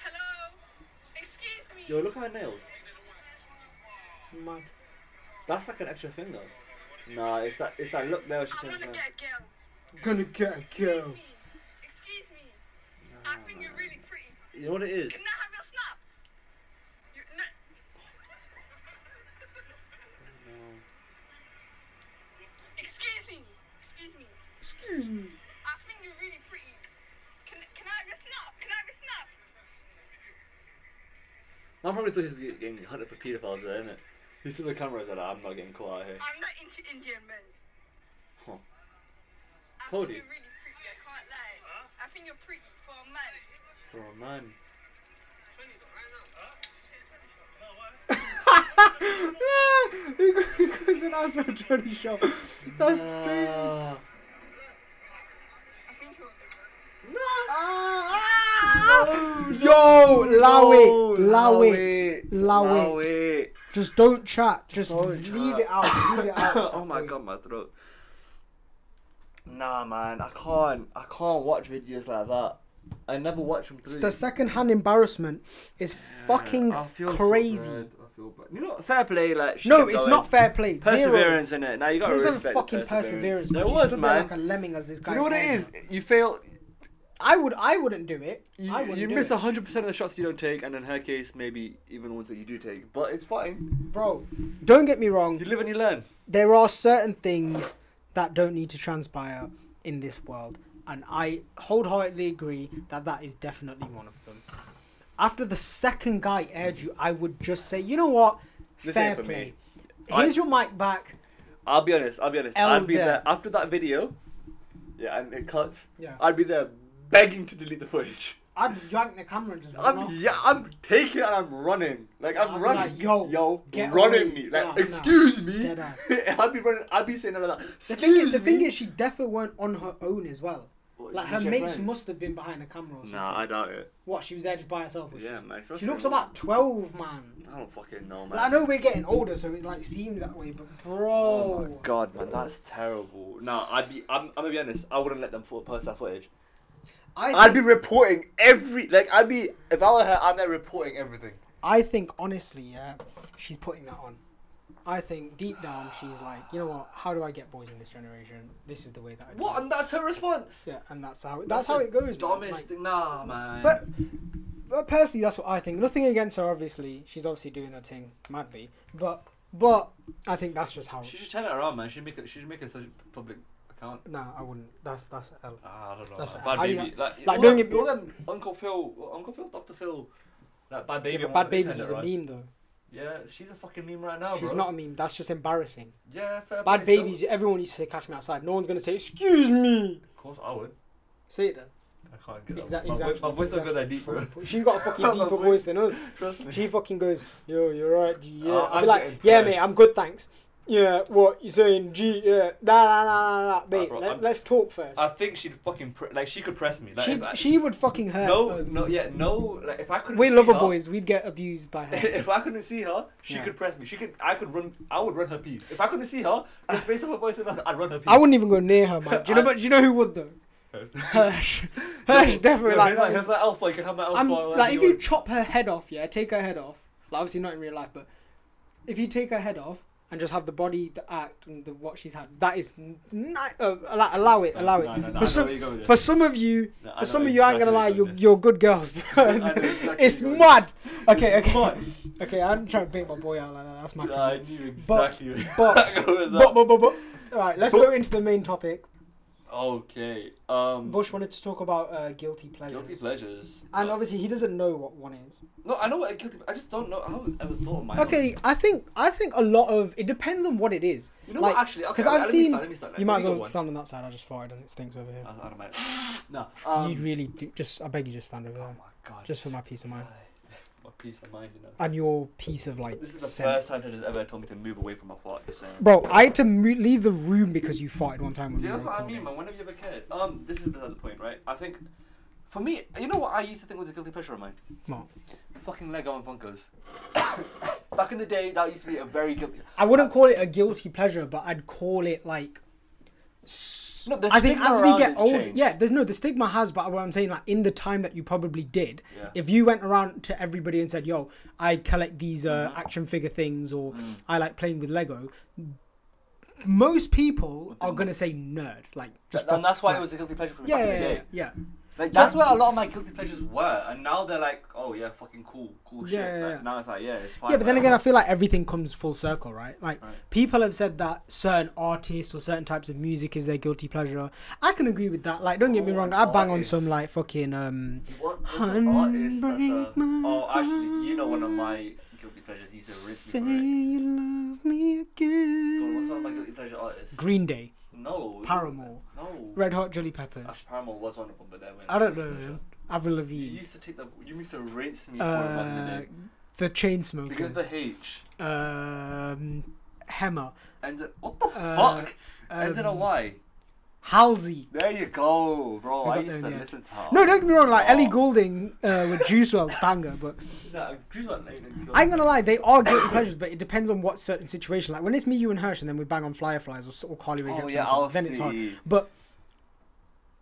Speaker 5: Hello. Excuse me.
Speaker 2: Yo, look at her nails.
Speaker 1: Mad.
Speaker 2: That's like an extra finger. Nah, it's that. It's that look there. where She
Speaker 5: I
Speaker 2: turns
Speaker 5: wanna
Speaker 2: around.
Speaker 5: get girl.
Speaker 1: Gonna get a
Speaker 5: Excuse
Speaker 1: girl.
Speaker 5: me. Excuse me. I think you're really pretty.
Speaker 2: You know what it is?
Speaker 5: Can I have your snap? You, no. Excuse me. Excuse me.
Speaker 1: Excuse me.
Speaker 5: I think you're really pretty. Can, can I have your snap? Can I have your snap?
Speaker 2: I probably thought he was getting hunted for pedophiles there, innit? He saw the cameras and I'm not getting caught out here.
Speaker 5: I'm not into Indian men.
Speaker 2: Huh.
Speaker 5: I
Speaker 2: Told
Speaker 5: think
Speaker 2: you.
Speaker 5: you're really pretty. I can't lie. I think you're pretty for a man.
Speaker 2: For a man.
Speaker 1: he goes and asks for a Tony show. That's big.
Speaker 2: Nah.
Speaker 5: I think you're.
Speaker 1: Ah! Yo, allow
Speaker 2: No,
Speaker 1: it, allow it, allow
Speaker 2: allow
Speaker 1: it.
Speaker 2: it.
Speaker 1: Just don't chat. Just
Speaker 2: don't
Speaker 1: leave
Speaker 2: chat.
Speaker 1: it out. Leave it out. at
Speaker 2: oh
Speaker 1: that
Speaker 2: my
Speaker 1: point.
Speaker 2: god, my throat. Nah, man, I can't. I can't watch videos like that. I never watch them through.
Speaker 1: The second-hand embarrassment is fucking
Speaker 2: I feel so
Speaker 1: crazy.
Speaker 2: bad, I feel bad. You know, fair play, like she
Speaker 1: No,
Speaker 2: kept
Speaker 1: it's
Speaker 2: going.
Speaker 1: not fair play. Zero.
Speaker 2: Perseverance in it. Now you gotta
Speaker 1: There's no
Speaker 2: respect the
Speaker 1: fucking perseverance.
Speaker 2: There
Speaker 1: man. She
Speaker 2: was,
Speaker 1: stood
Speaker 2: man.
Speaker 1: There like a lemming as this guy.
Speaker 2: you know what it
Speaker 1: came.
Speaker 2: is? You fail.
Speaker 1: I would. I wouldn't do it. I
Speaker 2: You,
Speaker 1: wouldn't
Speaker 2: you
Speaker 1: do
Speaker 2: miss
Speaker 1: it.
Speaker 2: hundred percent of the shots you don't take, and in her case, maybe even the ones that you do take. But it's fine.
Speaker 1: bro. Don't get me
Speaker 2: You
Speaker 1: wrong.
Speaker 2: live and you learn.
Speaker 1: There are certain things that don't need to transpire in this world, and I wholeheartedly agree that that is definitely one of them. After the second guy aired you, I would just say, you know what?
Speaker 2: This
Speaker 1: Fair
Speaker 2: ain't for
Speaker 1: play.
Speaker 2: me.
Speaker 1: Here's your mic back.
Speaker 2: I'll be honest. I'll be honest. I'd be
Speaker 1: Elder.
Speaker 2: there after that video. Yeah, and it cuts.
Speaker 1: Yeah.
Speaker 2: I'd be there begging to delete the footage.
Speaker 1: I'd yank the camera and just run
Speaker 2: I'm
Speaker 1: off.
Speaker 2: yeah, I'm taking it and I'm running. Like I'm
Speaker 1: I'd be
Speaker 2: running.
Speaker 1: like, yo,
Speaker 2: yo,
Speaker 1: get
Speaker 2: running
Speaker 1: away.
Speaker 2: me. Like,
Speaker 1: Nah, nah,
Speaker 2: excuse me.
Speaker 1: dead ass.
Speaker 2: I'd be running. I'd be saying like,
Speaker 1: The thing, is,
Speaker 2: "Excuse
Speaker 1: the thing
Speaker 2: me."
Speaker 1: is, she definitely weren't on her own as well.
Speaker 2: What,
Speaker 1: like
Speaker 2: did
Speaker 1: her
Speaker 2: she have
Speaker 1: mates
Speaker 2: friends?
Speaker 1: must have been behind the camera or something.
Speaker 2: Nah, I doubt it.
Speaker 1: What? She was there just by herself. Was
Speaker 2: Yeah,
Speaker 1: she?
Speaker 2: man. trust
Speaker 1: She
Speaker 2: me,
Speaker 1: looks
Speaker 2: man.
Speaker 1: about twelve, man.
Speaker 2: I don't fucking know, man.
Speaker 1: Like, I know we're getting older, so it like seems that way, but
Speaker 2: Oh
Speaker 1: bro,
Speaker 2: my god, man, that's terrible. Nah, I'd be. I'm, I'm gonna be honest. I wouldn't let them fo- post that footage.
Speaker 1: I
Speaker 2: I'd
Speaker 1: think,
Speaker 2: be reporting every. Like, I'd be. If I were her, I'm there reporting everything.
Speaker 1: I think honestly, yeah, she's putting that on. I think deep down she's like, you know what? How do I get boys in this generation? This is the way that I. do
Speaker 2: What?
Speaker 1: it."
Speaker 2: And that's her response.
Speaker 1: Yeah, and that's how that's, how it goes. man.
Speaker 2: Dumbest
Speaker 1: Like,
Speaker 2: thing. Nah, man.
Speaker 1: But but personally, that's what I think. Nothing against her, obviously. She's obviously doing her thing madly, but but I think that's just how.
Speaker 2: She should turn it around, man. She should make it. She should make it such a public account.
Speaker 1: Nah, I wouldn't. That's that's L.
Speaker 2: Ah, I don't know.
Speaker 1: That's-
Speaker 2: man.
Speaker 1: how
Speaker 2: bad baby.
Speaker 1: you-
Speaker 2: like
Speaker 1: like,
Speaker 2: all
Speaker 1: doing
Speaker 2: them-
Speaker 1: it-
Speaker 2: all them Uncle Phil, Uncle Phil, Doctor Phil. Like bad baby.
Speaker 1: Yeah,
Speaker 2: I want
Speaker 1: but Bad
Speaker 2: to be
Speaker 1: Babies
Speaker 2: tender,
Speaker 1: was a
Speaker 2: right?
Speaker 1: meme though.
Speaker 2: Yeah, she's a fucking meme right now,
Speaker 1: She's
Speaker 2: Oh, bro.
Speaker 1: not a meme. That's just embarrassing.
Speaker 2: Yeah, fair
Speaker 1: Bad
Speaker 2: play, so-
Speaker 1: Babies. Everyone used to say, "Catch me outside." No one's gonna say, "Excuse me."
Speaker 2: Of course, I would.
Speaker 1: Say it then.
Speaker 2: I can't get
Speaker 1: Exac-
Speaker 2: that. My,
Speaker 1: exactly.
Speaker 2: voice- my voice not got that deep, bro.
Speaker 1: Exactly. She's got a fucking
Speaker 2: My
Speaker 1: deeper
Speaker 2: voice-
Speaker 1: voice than us.
Speaker 2: Trust me.
Speaker 1: She fucking goes, yo, you're right, G, yeah.
Speaker 2: Oh,
Speaker 1: I'll
Speaker 2: I'm
Speaker 1: be like,
Speaker 2: getting
Speaker 1: yeah, mate,
Speaker 2: pressed.
Speaker 1: I'm good, thanks. Yeah, what you saying, G? Yeah, nah, nah, nah, nah, nah. Mate,
Speaker 2: bro,
Speaker 1: let,
Speaker 2: I'm-
Speaker 1: let's talk first.
Speaker 2: I think she'd fucking pre- like she could press me. Like,
Speaker 1: she
Speaker 2: if I-
Speaker 1: she would fucking hurt.
Speaker 2: no,
Speaker 1: us.
Speaker 2: no, yeah, no. Like if I couldn't.
Speaker 1: We're
Speaker 2: see
Speaker 1: lover
Speaker 2: her-
Speaker 1: boys. We'd get abused by her.
Speaker 2: if I couldn't see her, she
Speaker 1: Yeah.
Speaker 2: could press me. She could. I could run. I would run her piece. If I couldn't see her, just based on her voice, alone, I'd run her piece.
Speaker 1: I wouldn't even go near her, man. Do you know?
Speaker 2: I-
Speaker 1: but do you know who would though? Hirsch, Hirsch,
Speaker 2: No,
Speaker 1: definitely like.
Speaker 2: here's
Speaker 1: that
Speaker 2: my- here's
Speaker 1: is-
Speaker 2: my alpha. You can have my alpha.
Speaker 1: I'm
Speaker 2: whatever
Speaker 1: like if you
Speaker 2: want.
Speaker 1: chop her head off, yeah, take her head off. Like obviously not in real life, but if you take her head off and just have the body, the act, and the what she's had, that is n- ni- uh, allow, allow it, allow it.
Speaker 2: No, no, no, I know
Speaker 1: for some,
Speaker 2: where you're going with
Speaker 1: for
Speaker 2: this.
Speaker 1: some of you,
Speaker 2: No, I know
Speaker 1: for some of you, I ain't gonna
Speaker 2: exactly
Speaker 1: lie,
Speaker 2: where you're
Speaker 1: you're
Speaker 2: going
Speaker 1: you're good girls. bro.
Speaker 2: I know exactly where
Speaker 1: it's
Speaker 2: you're going
Speaker 1: mad. Okay, okay,
Speaker 2: What?
Speaker 1: okay. I'm trying to bait my boy out like that. That's my.
Speaker 2: Nah, I
Speaker 1: problem.
Speaker 2: knew
Speaker 1: But-
Speaker 2: exactly. where you were
Speaker 1: but-
Speaker 2: going with
Speaker 1: But
Speaker 2: that.
Speaker 1: but but but. All right, let's
Speaker 2: But-
Speaker 1: go into the main topic.
Speaker 2: okay. Um,
Speaker 1: Bush wanted to talk about uh, guilty pleasures,
Speaker 2: guilty pleasures.
Speaker 1: and
Speaker 2: Uh,
Speaker 1: obviously he doesn't know what one is.
Speaker 2: no, I know what a guilty. I just don't know. I haven't ever thought of mine.
Speaker 1: Okay, I think I think a lot of it depends on what it is.
Speaker 2: You know
Speaker 1: like,
Speaker 2: what? Actually, okay.
Speaker 1: because I've
Speaker 2: let me
Speaker 1: seen
Speaker 2: start, let me start, let
Speaker 1: you
Speaker 2: me
Speaker 1: might as
Speaker 2: go
Speaker 1: well
Speaker 2: one. Uh,
Speaker 1: stand on that side. I just thought I didn't think over here.
Speaker 2: I, I don't mind. No. Um,
Speaker 1: You'd really do, just I beg you just stand over
Speaker 2: Oh
Speaker 1: there,
Speaker 2: my god.
Speaker 1: just for my peace of mind
Speaker 2: My peace of mind, you know.
Speaker 1: and your piece of like
Speaker 2: This is the
Speaker 1: sense.
Speaker 2: first time that has ever told me to move away from my fart. Just saying.
Speaker 1: Bro, I had to mo- leave the room because you farted one time when
Speaker 2: See,
Speaker 1: we were
Speaker 2: that's what I
Speaker 1: recording.
Speaker 2: mean, man. When have you ever cared? Um, this is the other point, right? I think, for me, you know what I used to think was a guilty pleasure of mine?
Speaker 1: What?
Speaker 2: Fucking Lego and Funkos. Back in the day, that used to be a very guilty.
Speaker 1: I wouldn't call it a guilty pleasure, but I'd call it like. s-
Speaker 2: No, the
Speaker 1: I think
Speaker 2: stigma
Speaker 1: as we
Speaker 2: around
Speaker 1: get
Speaker 2: it's
Speaker 1: older,
Speaker 2: changed.
Speaker 1: yeah, there's no the stigma has, but what I'm saying, like in the time that you probably did,
Speaker 2: Yeah.
Speaker 1: if you went around to everybody and said, "Yo, I collect these uh,
Speaker 2: Mm-hmm.
Speaker 1: action figure things," or
Speaker 2: Mm.
Speaker 1: "I like playing with Lego," most people are gonna say nerd, like just
Speaker 2: and
Speaker 1: fuck-
Speaker 2: that's why
Speaker 1: like-
Speaker 2: it was a guilty pleasure for me
Speaker 1: yeah,
Speaker 2: back
Speaker 1: yeah,
Speaker 2: in the
Speaker 1: yeah,
Speaker 2: day.
Speaker 1: yeah, yeah.
Speaker 2: Like, that's where a lot of my guilty pleasures were, and now they're like, oh yeah, fucking cool, cool shit.
Speaker 1: Yeah, yeah,
Speaker 2: Like,
Speaker 1: yeah.
Speaker 2: Now it's like, yeah, it's fine.
Speaker 1: Yeah, but then
Speaker 2: like,
Speaker 1: again, I feel like everything comes full circle, right? Like
Speaker 2: Right.
Speaker 1: people have said that certain artists or certain types of music is their guilty pleasure. I can agree with that. Like, don't get me
Speaker 2: Oh,
Speaker 1: wrong, I bang on
Speaker 2: artists.
Speaker 1: some like fucking um.
Speaker 2: What, what's an artist that's a,
Speaker 1: Unbreak my
Speaker 2: oh, actually, you know, one of my guilty pleasures. He's a
Speaker 1: Say
Speaker 2: rhythm.
Speaker 1: you love me
Speaker 2: God, what's one of my
Speaker 1: again.
Speaker 2: guilty pleasure artists?
Speaker 1: Green Day,
Speaker 2: no. it
Speaker 1: Paramore,
Speaker 2: wasn't- No.
Speaker 1: Red Hot Chili
Speaker 2: Uh,
Speaker 1: Peppers.
Speaker 2: Paramore was one of them, but then when
Speaker 1: I don't
Speaker 2: guilty
Speaker 1: know
Speaker 2: pleasure-
Speaker 1: them. Avril
Speaker 2: You
Speaker 1: Lavigne,
Speaker 2: used to take the. You used to rinse me for it back in the
Speaker 1: uh,
Speaker 2: day.
Speaker 1: the
Speaker 2: Because
Speaker 1: Chainsmokers,
Speaker 2: the H.
Speaker 1: um, Hema,
Speaker 2: Ended, what the
Speaker 1: Uh,
Speaker 2: fuck? Ended on
Speaker 1: um,
Speaker 2: Y.
Speaker 1: Halsey.
Speaker 2: There you go, bro.
Speaker 1: we
Speaker 2: I
Speaker 1: got
Speaker 2: used
Speaker 1: there
Speaker 2: to
Speaker 1: in the end.
Speaker 2: listen to her.
Speaker 1: No, don't get me wrong. Like Ellie
Speaker 2: Oh.
Speaker 1: Goulding uh, with Juice WRLD banger, but
Speaker 2: No, Drew's not late, Drew's
Speaker 1: I ain't
Speaker 2: not
Speaker 1: gonna lie, they are guilty pleasures. But it depends on what certain situation. Like when it's me, you, and Hirsch, and then we bang on Fireflies or, s- or Carly Rae
Speaker 2: Oh,
Speaker 1: Jepsen,
Speaker 2: yeah,
Speaker 1: or something,
Speaker 2: I'll
Speaker 1: then it's hard.
Speaker 2: see.
Speaker 1: But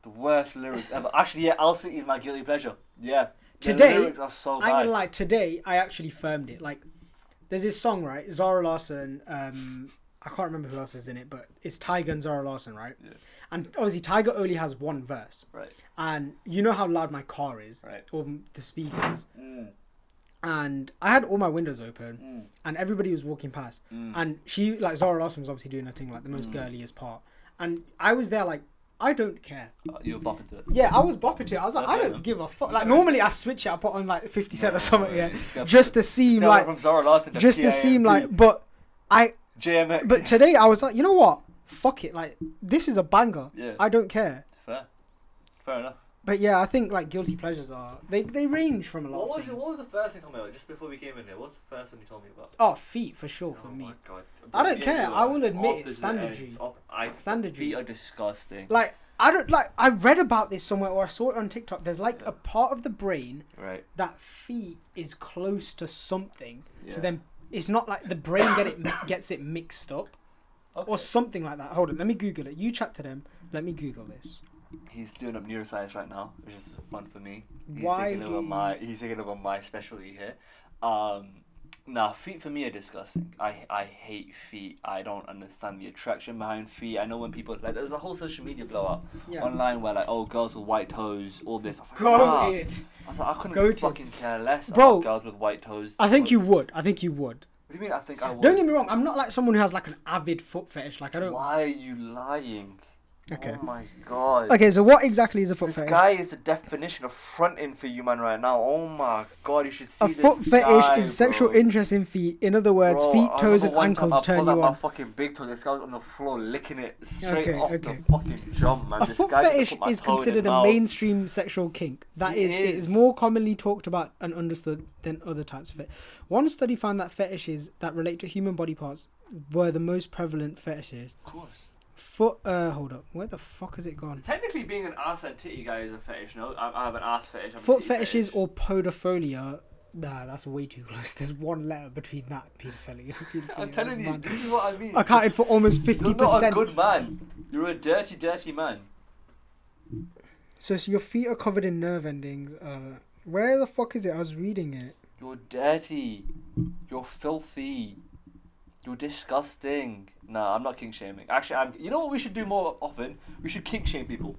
Speaker 2: The worst lyrics ever. Actually, yeah, I'll City is my guilty pleasure. Yeah.
Speaker 1: Today,
Speaker 2: the lyrics are so
Speaker 1: I ain't
Speaker 2: bad.
Speaker 1: gonna lie. Today, I actually firmed it. Like there's this song, right? Zara Larson. Um, I can't remember who else is in it, but it's Tiger and Zara Larson, right?
Speaker 2: Yeah.
Speaker 1: And obviously, Tiger only has one verse,
Speaker 2: Right.
Speaker 1: and you know how loud my car is,
Speaker 2: Right.
Speaker 1: or m- the speakers.
Speaker 2: Mm.
Speaker 1: and I had all my windows open, and everybody was walking past.
Speaker 2: Mm.
Speaker 1: And she, like Zara Larson, was obviously doing her thing, like the most girliest part. And I was there, like, I don't care.
Speaker 2: Uh, You were bopping to it.
Speaker 1: Yeah, I was bopping to it. I was like, I
Speaker 2: Okay,
Speaker 1: don't
Speaker 2: then.
Speaker 1: give a fuck. Like, normally I switch it, I put on like 50 Cent
Speaker 2: No,
Speaker 1: or something, yeah,
Speaker 2: it's got-
Speaker 1: just to seem
Speaker 2: Yeah,
Speaker 1: like,
Speaker 2: from Zara Larson to
Speaker 1: just to
Speaker 2: PIMP,
Speaker 1: seem like, but I,
Speaker 2: JMX.
Speaker 1: but today I was like, you know what? Fuck it. Like, this is a banger.
Speaker 2: Yeah.
Speaker 1: I don't care.
Speaker 2: Fair. Fair enough.
Speaker 1: But yeah, I think like guilty pleasures are, they, they range from a lot
Speaker 2: What
Speaker 1: of
Speaker 2: was, it,
Speaker 1: things.
Speaker 2: what was the first thing coming out just before we came in here? What was the first one you told me about?
Speaker 1: Oh, feet for sure for
Speaker 2: oh
Speaker 1: me.
Speaker 2: my god.
Speaker 1: I don't
Speaker 2: Yeah,
Speaker 1: care,
Speaker 2: you
Speaker 1: I
Speaker 2: are
Speaker 1: will admit it's
Speaker 2: opposite
Speaker 1: standard
Speaker 2: ends.
Speaker 1: G.
Speaker 2: Op- I,
Speaker 1: Standard G.
Speaker 2: Feet are disgusting.
Speaker 1: like I don't like I read about this somewhere or I saw it on TikTok. There's like
Speaker 2: Yeah.
Speaker 1: a part of the brain
Speaker 2: right.
Speaker 1: that feet is close to something, so
Speaker 2: Yeah.
Speaker 1: then it's not like the brain get it gets it mixed up
Speaker 2: Okay.
Speaker 1: or something like that. Hold on, let me Google it. You chat to them. Let me Google this.
Speaker 2: He's doing up neuroscience right now, which is fun for me. He's
Speaker 1: Why
Speaker 2: taking
Speaker 1: do
Speaker 2: over my he's taking over my specialty here. E Um Nah, feet for me are disgusting. I I hate feet. I don't understand the attraction behind feet. I know when people like there's a whole social media blowout
Speaker 1: Yeah.
Speaker 2: online where like oh girls with white toes, all this. I was like,
Speaker 1: Go
Speaker 2: nah.
Speaker 1: it.
Speaker 2: I was like, I couldn't
Speaker 1: Goated.
Speaker 2: fucking care less
Speaker 1: Bro,
Speaker 2: about girls with white toes.
Speaker 1: I think
Speaker 2: What-
Speaker 1: you would. I think you would.
Speaker 2: What do you mean? I think I would.
Speaker 1: Don't get me wrong. I'm not like someone who has like an avid foot fetish. Like I don't.
Speaker 2: Why are you lying?
Speaker 1: Okay.
Speaker 2: Oh my god.
Speaker 1: Okay, so what exactly is a foot
Speaker 2: This
Speaker 1: fetish?
Speaker 2: guy is the definition of fronting for you, man, right now. Oh my god, you should see
Speaker 1: a
Speaker 2: this
Speaker 1: foot fetish
Speaker 2: guy,
Speaker 1: is sexual
Speaker 2: bro.
Speaker 1: interest in feet. In other words,
Speaker 2: Bro,
Speaker 1: feet,
Speaker 2: I
Speaker 1: toes,
Speaker 2: remember one
Speaker 1: and
Speaker 2: time I
Speaker 1: ankles turn
Speaker 2: pulled
Speaker 1: you
Speaker 2: out
Speaker 1: on.
Speaker 2: My fucking big toe. This guy was on the floor licking it straight
Speaker 1: Okay,
Speaker 2: off
Speaker 1: okay.
Speaker 2: the fucking jump, man.
Speaker 1: A
Speaker 2: This
Speaker 1: foot
Speaker 2: guy just
Speaker 1: fetish
Speaker 2: put my
Speaker 1: is
Speaker 2: toe in his
Speaker 1: considered a
Speaker 2: mouth.
Speaker 1: mainstream sexual kink. That
Speaker 2: It
Speaker 1: is, it is
Speaker 2: is.
Speaker 1: more commonly talked about and understood than other types of it. One study found that fetishes that relate to human body parts were the most prevalent fetishes.
Speaker 2: Of course.
Speaker 1: Foot, uh, hold up, where the fuck has it gone?
Speaker 2: Technically, being an ass and titty guy is a fetish. No, I, I have an ass fetish. I have a
Speaker 1: Foot
Speaker 2: titty
Speaker 1: fetishes
Speaker 2: fetish.
Speaker 1: or podophilia. Nah, that's way too close. There's one letter between that. Pedophilia. pedophilia
Speaker 2: I'm telling you,
Speaker 1: man.
Speaker 2: this is what I mean.
Speaker 1: Accounted for almost fifty
Speaker 2: You're not a
Speaker 1: percent.
Speaker 2: good man. You're a dirty, dirty man.
Speaker 1: So, so your feet are covered in nerve endings. Uh, where the fuck is it? I was reading it.
Speaker 2: You're dirty. You're filthy. You're disgusting. Nah, I'm not kink shaming. Actually, I'm. You know what we should do more often? We should kink shame people.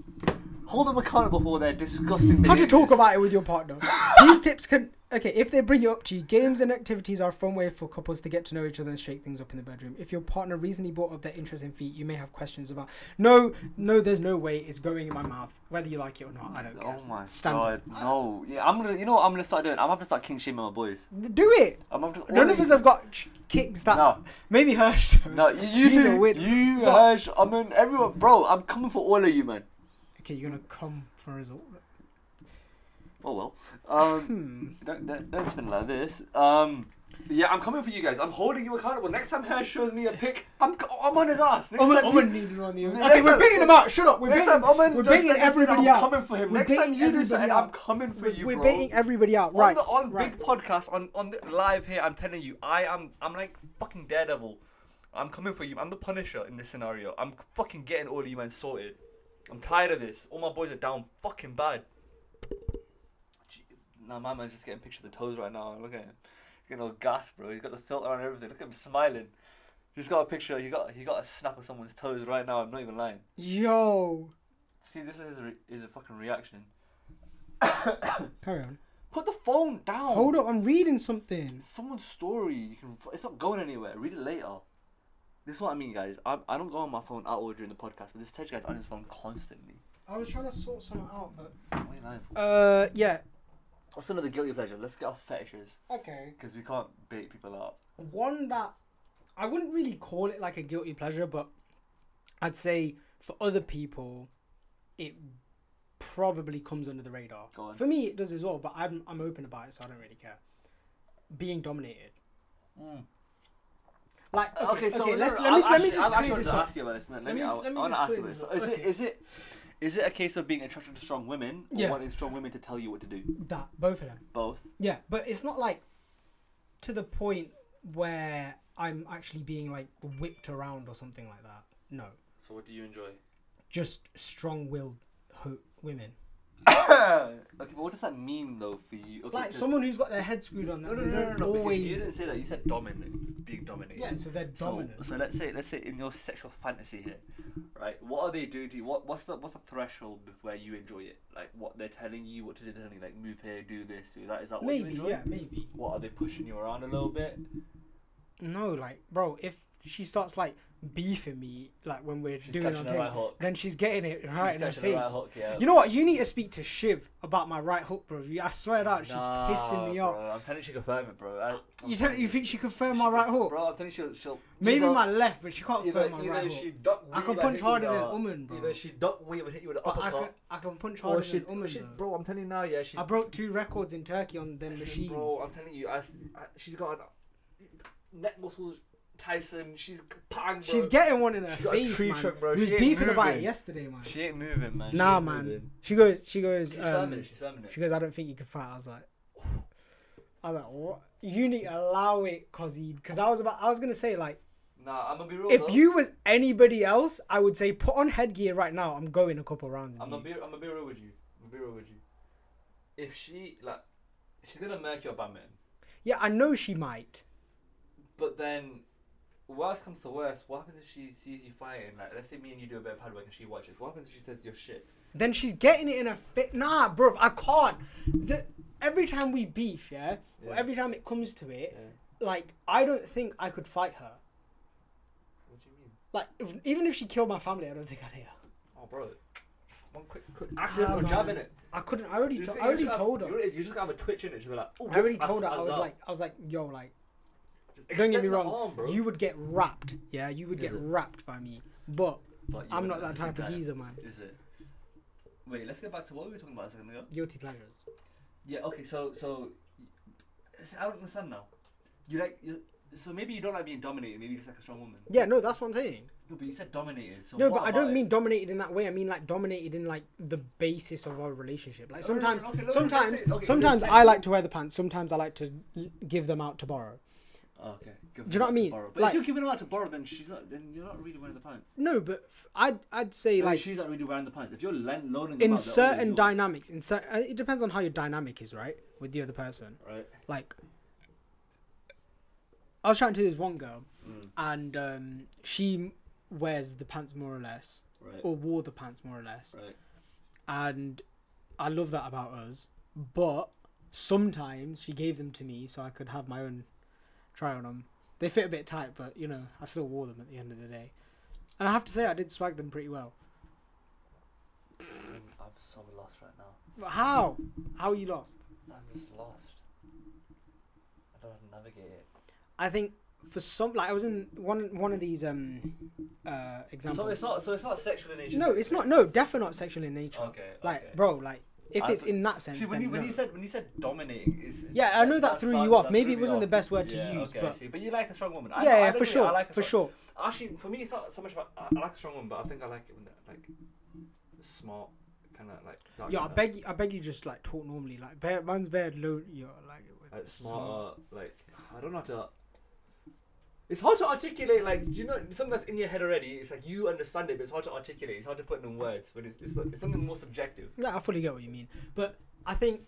Speaker 2: Hold them accountable for their disgusting.
Speaker 1: How to talk
Speaker 2: behaviours.
Speaker 1: about it with your partner. These tips can okay if they bring it up to you. Games and activities are a fun way for couples to get to know each other and shake things up in the bedroom. If your partner recently brought up their interest in feet, you may have questions about no, no, there's no way it's going in my mouth, whether you like it or not. I don't care.
Speaker 2: Oh my
Speaker 1: Standard.
Speaker 2: god, no! Yeah, I'm gonna. You know what I'm gonna start doing? I'm gonna start king shaming my boys.
Speaker 1: Do it.
Speaker 2: I'm gonna,
Speaker 1: None of us have got ch- kicks that
Speaker 2: No.
Speaker 1: maybe Hirsch. does.
Speaker 2: No, you, you
Speaker 1: Neither
Speaker 2: do.
Speaker 1: would.
Speaker 2: You,
Speaker 1: But-
Speaker 2: Hirsch, I mean, everyone, bro. I'm coming for all of you, man.
Speaker 1: Okay, you're gonna come for us all.
Speaker 2: Oh well. Um,
Speaker 1: Hmm.
Speaker 2: don't, don't, don't spin like this. Um, yeah, I'm coming for you guys. I'm holding you accountable. Next time Hirsch shows me a pic, I'm co- I'm on his ass. Next
Speaker 1: Owen,
Speaker 2: time you-
Speaker 1: Owen needed on the
Speaker 2: Next
Speaker 1: Okay, we're
Speaker 2: time- oh,
Speaker 1: beating him out. Shut up. We're
Speaker 2: next
Speaker 1: beating,
Speaker 2: time Owen
Speaker 1: we're
Speaker 2: does
Speaker 1: beating
Speaker 2: anything,
Speaker 1: everybody
Speaker 2: I'm
Speaker 1: out.
Speaker 2: coming for him.
Speaker 1: We're
Speaker 2: next time
Speaker 1: baiting
Speaker 2: you do
Speaker 1: everybody
Speaker 2: something,
Speaker 1: out.
Speaker 2: I'm coming for you,
Speaker 1: We're
Speaker 2: bro.
Speaker 1: baiting everybody out.
Speaker 2: on
Speaker 1: Right.
Speaker 2: the, on
Speaker 1: right.
Speaker 2: big podcast on on the live here. I'm telling you, I am I'm like fucking daredevil. I'm coming for you. I'm the Punisher in this scenario. I'm fucking getting all of you man sorted. I'm tired of this. All my boys are down fucking bad. Gee, Nah, my man's just getting pictures of the toes right now. Look at him. He's getting all gas, bro. He's got the filter on and everything. Look at him smiling. He's got a picture. He got he got a snap of someone's toes right now. I'm not even lying.
Speaker 1: Yo.
Speaker 2: See, this is his re- is a fucking reaction.
Speaker 1: Carry on.
Speaker 2: Put the phone down.
Speaker 1: Hold up. I'm reading something.
Speaker 2: someone's story. You can. It's not going anywhere. Read it later. This is what I mean, guys. I, I don't go on my phone at all during the podcast, but this tech guy's on his phone constantly.
Speaker 1: I was trying to sort something out, but.
Speaker 2: What are you lying for?
Speaker 1: Uh, yeah.
Speaker 2: What's another guilty pleasure? Let's get off fetishes
Speaker 1: Okay.
Speaker 2: because we can't bait people out.
Speaker 1: One that I wouldn't really call it like a guilty pleasure, but I'd say for other people, it probably comes under the radar.
Speaker 2: Go on.
Speaker 1: For me, it does as well, but I'm, I'm open about it, so I don't really care. Being dominated.
Speaker 2: Hmm.
Speaker 1: Like okay, okay,
Speaker 2: Uh, no,
Speaker 1: let's
Speaker 2: no,
Speaker 1: let
Speaker 2: I'll
Speaker 1: me let me
Speaker 2: actually-
Speaker 1: just
Speaker 2: I'll
Speaker 1: clear
Speaker 2: actually
Speaker 1: this
Speaker 2: wanna
Speaker 1: up.
Speaker 2: ask you about this. Let,
Speaker 1: Let
Speaker 2: me,
Speaker 1: me-
Speaker 2: I,
Speaker 1: let me
Speaker 2: I wanna
Speaker 1: just
Speaker 2: ask
Speaker 1: clear
Speaker 2: you
Speaker 1: this
Speaker 2: about
Speaker 1: up.
Speaker 2: this. Is
Speaker 1: Okay.
Speaker 2: it is it is it a case of being attracted to strong women or
Speaker 1: Yeah.
Speaker 2: wanting strong women to tell you what to do?
Speaker 1: That both of them.
Speaker 2: Both.
Speaker 1: Yeah, but it's not like to the point where I'm actually being like whipped around or something like that. No,
Speaker 2: So what do you enjoy?
Speaker 1: just strong-willed ho- women,
Speaker 2: okay, but what does that mean though for you? Okay,
Speaker 1: like
Speaker 2: so-
Speaker 1: someone who's got their head screwed on.
Speaker 2: No, no, no,
Speaker 1: Them.
Speaker 2: no, no. Because you
Speaker 1: Always.
Speaker 2: didn't say that. You said dominant, being dominated.
Speaker 1: Yeah, so they're
Speaker 2: So,
Speaker 1: dominant.
Speaker 2: so let's say let's say in your sexual fantasy here, right? What are they doing to you? What what's the what's the threshold of where you enjoy it? Like what they're telling you what to do, they're telling you like move here, do this, do that. Is that what
Speaker 1: maybe,
Speaker 2: you enjoy?
Speaker 1: yeah, maybe.
Speaker 2: What are they pushing you around a little bit?
Speaker 1: No, like, bro, if she starts like beefing me, like when we're doing
Speaker 2: catching
Speaker 1: our
Speaker 2: the
Speaker 1: thing,
Speaker 2: right hook.
Speaker 1: then she's getting it right in her
Speaker 2: catching the
Speaker 1: face.
Speaker 2: right hook, yeah.
Speaker 1: You know what? You need to speak to Shiv about my right hook, bro. You- I swear it out, she's
Speaker 2: Nah,
Speaker 1: pissing me
Speaker 2: bro,
Speaker 1: off.
Speaker 2: I'm telling you, she confirm it, bro. I, I'm
Speaker 1: You
Speaker 2: telling
Speaker 1: don't, you think she could firm
Speaker 2: she
Speaker 1: my right
Speaker 2: confirm-
Speaker 1: hook?
Speaker 2: Bro, I'm telling you, she'll. she'll
Speaker 1: Maybe
Speaker 2: either-
Speaker 1: my left, but she can't
Speaker 2: Either,
Speaker 1: throw my
Speaker 2: either
Speaker 1: right
Speaker 2: she
Speaker 1: hook.
Speaker 2: duck
Speaker 1: I
Speaker 2: weave
Speaker 1: can
Speaker 2: and
Speaker 1: punch
Speaker 2: hit you
Speaker 1: harder
Speaker 2: with
Speaker 1: than
Speaker 2: a-
Speaker 1: Umen, bro.
Speaker 2: Either she duck weave and hit you with an
Speaker 1: But I
Speaker 2: uppercut.
Speaker 1: can, I can punch
Speaker 2: Or
Speaker 1: harder
Speaker 2: she,
Speaker 1: than Umen,
Speaker 2: she,
Speaker 1: though.
Speaker 2: bro, I'm telling you now, yeah, she's
Speaker 1: I broke two records in Turkey on them
Speaker 2: Listen,
Speaker 1: machines.
Speaker 2: Bro, I'm telling you, I, s- I- she's got a neck muscles. Tyson, she's g- bang. Bro.
Speaker 1: She's getting one in her
Speaker 2: She got a
Speaker 1: face,
Speaker 2: tree
Speaker 1: man.
Speaker 2: trunk, bro.
Speaker 1: We was
Speaker 2: She ain't
Speaker 1: beefing about it
Speaker 2: moving.
Speaker 1: yesterday, man.
Speaker 2: She ain't moving, man. She
Speaker 1: nah,
Speaker 2: ain't
Speaker 1: man.
Speaker 2: moving.
Speaker 1: She goes, she goes,
Speaker 2: She's
Speaker 1: um,
Speaker 2: feminine. She's feminine.
Speaker 1: she goes, I don't think you can fight. I was like, I was like, what? You need to allow it, Cozzy. Because I was about, I was going to say, like,
Speaker 2: nah, I'm gonna be real. though.
Speaker 1: if you was anybody else, I would say, put on headgear right now. I'm going a couple rounds. with
Speaker 2: I'm gonna
Speaker 1: you.
Speaker 2: be, I'm gonna be real with you. I'm gonna be real with you. If she like, she's gonna murk your Batman.
Speaker 1: Yeah, I know she might.
Speaker 2: But then, worst comes to worst, what happens if she sees you fighting? Like, let's say me and you do a bit of pad work and she watches. What happens if she says you're shit?
Speaker 1: Then she's getting it in a fit. Nah, bro, I can't. The, every time we beef, yeah, or
Speaker 2: Yeah.
Speaker 1: every time it comes to it,
Speaker 2: Yeah.
Speaker 1: like I don't think I could fight her.
Speaker 2: What do you mean?
Speaker 1: Like if, even if she killed my family, I don't think I'd hit her.
Speaker 2: Oh, bro. Just one quick, quick accidental
Speaker 1: Nah,
Speaker 2: jab
Speaker 1: man.
Speaker 2: in it.
Speaker 1: I couldn't. I already.
Speaker 2: You
Speaker 1: To,
Speaker 2: just-
Speaker 1: I
Speaker 2: you
Speaker 1: already
Speaker 2: just gotta-
Speaker 1: told
Speaker 2: you
Speaker 1: her.
Speaker 2: already- You just gotta have a twitch in it. She'll be like, oh,
Speaker 1: I already
Speaker 2: that's-
Speaker 1: told her. I
Speaker 2: that's
Speaker 1: was
Speaker 2: up.
Speaker 1: like, I was like, yo, like,
Speaker 2: Just
Speaker 1: don't get
Speaker 2: extend
Speaker 1: me
Speaker 2: the
Speaker 1: wrong.
Speaker 2: arm, bro.
Speaker 1: You would get wrapped. Yeah, you would
Speaker 2: Is
Speaker 1: get
Speaker 2: it?
Speaker 1: wrapped by me. But
Speaker 2: But you
Speaker 1: I'm
Speaker 2: wouldn't
Speaker 1: not that
Speaker 2: actually
Speaker 1: type of
Speaker 2: die.
Speaker 1: geezer, man.
Speaker 2: Is it? Wait, let's get back to what we were talking about a second ago.
Speaker 1: guilty pleasures.
Speaker 2: Yeah. Okay. So so, so I don't understand now. You like you. So maybe you don't like being dominated. Maybe you just like a strong woman.
Speaker 1: Yeah, no, that's what I'm saying.
Speaker 2: No, but you said dominated. So
Speaker 1: No,
Speaker 2: what
Speaker 1: but I
Speaker 2: about
Speaker 1: don't
Speaker 2: it?
Speaker 1: mean dominated in that way. I mean like dominated in like the basis of our relationship. Like sometimes,
Speaker 2: okay, look,
Speaker 1: sometimes,
Speaker 2: let's say- okay,
Speaker 1: sometimes
Speaker 2: let's
Speaker 1: I
Speaker 2: say-
Speaker 1: like to wear the pants. Sometimes I like to l- give them out to borrow.
Speaker 2: Oh, Okay. Do
Speaker 1: you know what I mean?
Speaker 2: But
Speaker 1: Like-
Speaker 2: if you're giving her out to borrow, then she's not. Then you're not really wearing the pants.
Speaker 1: No, but f- I'd I'd say
Speaker 2: Like
Speaker 1: like
Speaker 2: she's not really wearing the pants. If you're len- loaning them
Speaker 1: in
Speaker 2: out, they're always
Speaker 1: certain
Speaker 2: yours,
Speaker 1: dynamics, in cer- uh, it depends on how your dynamic is, right, with the other person.
Speaker 2: Right.
Speaker 1: Like, I was trying to do this one girl,
Speaker 2: Mm.
Speaker 1: and um, she wears the pants more or less,
Speaker 2: Right.
Speaker 1: or wore the pants more or less.
Speaker 2: Right.
Speaker 1: and I love that about us. But sometimes she gave them to me so I could have my own try on them. They fit a bit tight, but you know I still wore them at the end of the day, and I have to say I did swag them pretty well.
Speaker 2: I'm, I'm so lost right now.
Speaker 1: But how? How you lost?
Speaker 2: I'm just lost. I don't know how to navigate it.
Speaker 1: I think for some like I was in one one of these um uh examples.
Speaker 2: So it's not. So it's not sexual in nature.
Speaker 1: no, it's not. No, definitely not sexual in nature.
Speaker 2: Okay,
Speaker 1: Like,
Speaker 2: okay.
Speaker 1: bro, like if
Speaker 2: I
Speaker 1: it's
Speaker 2: th-
Speaker 1: in that sense,
Speaker 2: See, when you,
Speaker 1: then
Speaker 2: when
Speaker 1: no.
Speaker 2: you said when you said dominating, is is-
Speaker 1: Yeah, I know that
Speaker 2: that's
Speaker 1: threw
Speaker 2: fine,
Speaker 1: you off.
Speaker 2: that
Speaker 1: Maybe
Speaker 2: threw
Speaker 1: it
Speaker 2: me
Speaker 1: wasn't the
Speaker 2: off.
Speaker 1: best word to
Speaker 2: Yeah,
Speaker 1: use,
Speaker 2: okay, I
Speaker 1: but-
Speaker 2: see. but you like a strong woman. I-
Speaker 1: Yeah,
Speaker 2: I
Speaker 1: yeah,
Speaker 2: don't
Speaker 1: for
Speaker 2: really-
Speaker 1: sure,
Speaker 2: I like a
Speaker 1: for
Speaker 2: strong-
Speaker 1: sure.
Speaker 2: Actually, for me, it's not so much about I I like a strong woman, but I think I like it when they're like smart, kind of like. dark
Speaker 1: yeah, I
Speaker 2: kinda-
Speaker 1: beg you, I beg you, just like talk normally. Like, bear, man's bad low. You're like, with
Speaker 2: Like
Speaker 1: the
Speaker 2: smarter, like I don't know how to. It's hard to articulate, like do you know something that's in your head already. It's like you understand it, but it's hard to articulate. It's hard to put it in words, but it's it's, it's something more subjective.
Speaker 1: Yeah, I fully get what you mean, but I think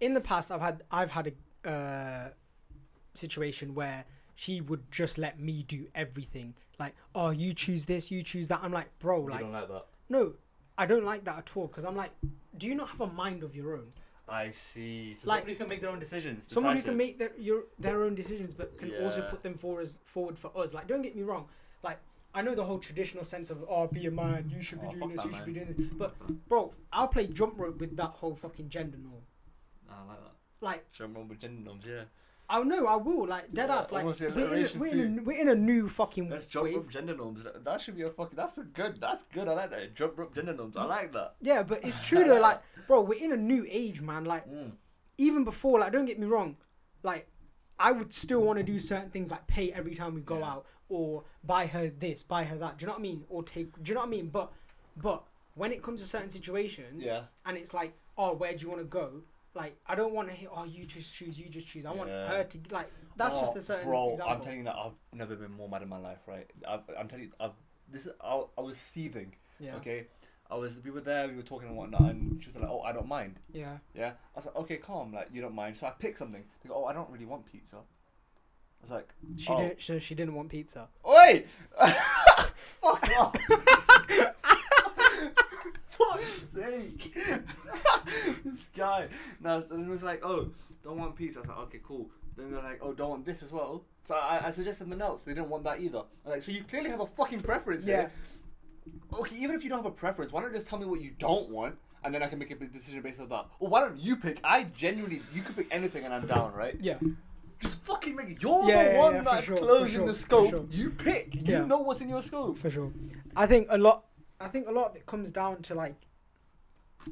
Speaker 1: in the past I've had I've had a uh, situation where she would just let me do everything. Like, oh, you choose this, you choose that. I'm like, bro,
Speaker 2: You
Speaker 1: like,
Speaker 2: don't like that.
Speaker 1: no, I don't like that at all. Because I'm like, do you not have a mind of your own?
Speaker 2: I see. So
Speaker 1: Like-
Speaker 2: somebody can make their own decisions.
Speaker 1: Someone who
Speaker 2: decisive.
Speaker 1: can make their your, their own decisions, but can also
Speaker 2: Yeah.
Speaker 1: put them forward as, forward for us. Like, don't get me wrong. Like, I know the whole traditional sense of oh, be a man, you should be
Speaker 2: Oh,
Speaker 1: doing
Speaker 2: fuck
Speaker 1: this,
Speaker 2: that,
Speaker 1: you should be
Speaker 2: man.
Speaker 1: doing this. But bro, I'll play jump rope with that whole fucking gender norm.
Speaker 2: Ah, I like that.
Speaker 1: Like,
Speaker 2: Should I remember gender norms? Yeah.
Speaker 1: I know I will. Like, dead ass. Like,
Speaker 2: almost the
Speaker 1: we're in, a,
Speaker 2: alliteration
Speaker 1: we're, in a, we're in a new fucking
Speaker 2: Let's jump
Speaker 1: wave.
Speaker 2: rope gender norms. That should be a fucking. That's a good. That's good. I like that. Jump rope gender norms. I like that.
Speaker 1: Yeah, but it's true though. Like, bro, we're in a new age, man. Like,
Speaker 2: Mm.
Speaker 1: even before, like, don't get me wrong, like, I would still want to do certain things, like pay every time we go
Speaker 2: Yeah.
Speaker 1: out, or buy her this, buy her that. Do you know what I mean? Or take. Do you know what I mean? But, but when it comes to certain situations,
Speaker 2: Yeah.
Speaker 1: and it's like, oh, where do you want to go? Like, I don't want to hear, oh, you just choose, you just choose. I want
Speaker 2: Yeah.
Speaker 1: her to like. That's just a certain
Speaker 2: Oh, Bro,
Speaker 1: example.
Speaker 2: I'm telling you that I've never been more mad in my life. Right. I've, I'm telling you. I've, this. Is, I, I was seething.
Speaker 1: Yeah.
Speaker 2: Okay. I was. We were there. We were talking and whatnot. And she was like, "Oh, I don't mind."
Speaker 1: Yeah.
Speaker 2: Yeah. I was like, "Okay, calm. Like you don't mind." So I picked something. They go, "Oh, I don't really want pizza." I was like,
Speaker 1: She
Speaker 2: oh.
Speaker 1: didn't. So she didn't want pizza.
Speaker 2: Oi! Fuck off! Fuck's sake! this guy. No, so it was like, oh, don't want pizza. I was like, okay, cool. Then they're like, oh, don't want this as well. So I, I suggested something else. They didn't want that either. I'm like, so you clearly have a fucking preference. here. Okay, even if you don't have a preference, why don't you just tell me what you don't want, and then I can make a decision based on that. Or why don't you pick? I genuinely, you could pick anything, and I'm down, right?
Speaker 1: Yeah.
Speaker 2: Just fucking like you're
Speaker 1: Yeah,
Speaker 2: the
Speaker 1: yeah,
Speaker 2: one
Speaker 1: yeah, for
Speaker 2: that's
Speaker 1: sure, for
Speaker 2: closing
Speaker 1: sure,
Speaker 2: the
Speaker 1: for
Speaker 2: scope.
Speaker 1: sure.
Speaker 2: You pick. You
Speaker 1: Yeah.
Speaker 2: know what's in your scope.
Speaker 1: for sure. I think a lot. I think a lot of it comes down to like.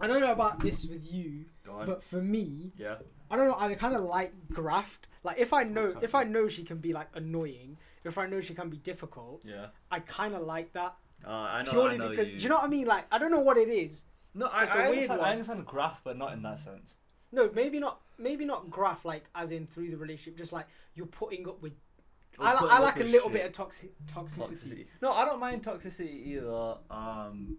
Speaker 1: I don't know about this with you,
Speaker 2: Go on.
Speaker 1: but for me,
Speaker 2: Yeah.
Speaker 1: I don't know. I kind of like graft. Like if I know, if I know she can be like annoying, if I know she can be difficult,
Speaker 2: Yeah.
Speaker 1: I kind of like that
Speaker 2: Uh, I know.
Speaker 1: purely because do you know what I mean? Like I don't know what it is.
Speaker 2: No, I,
Speaker 1: It's
Speaker 2: it's I,
Speaker 1: a weird
Speaker 2: understand,
Speaker 1: one.
Speaker 2: I understand graph, but not in that sense.
Speaker 1: No, maybe not. Maybe not graft like as in through the relationship. Just like you're putting up with. I, li-
Speaker 2: putting
Speaker 1: I
Speaker 2: up
Speaker 1: like a
Speaker 2: with
Speaker 1: little
Speaker 2: shit.
Speaker 1: bit of toxic toxicity.
Speaker 2: Toxicity. No, I don't mind toxicity either. Um,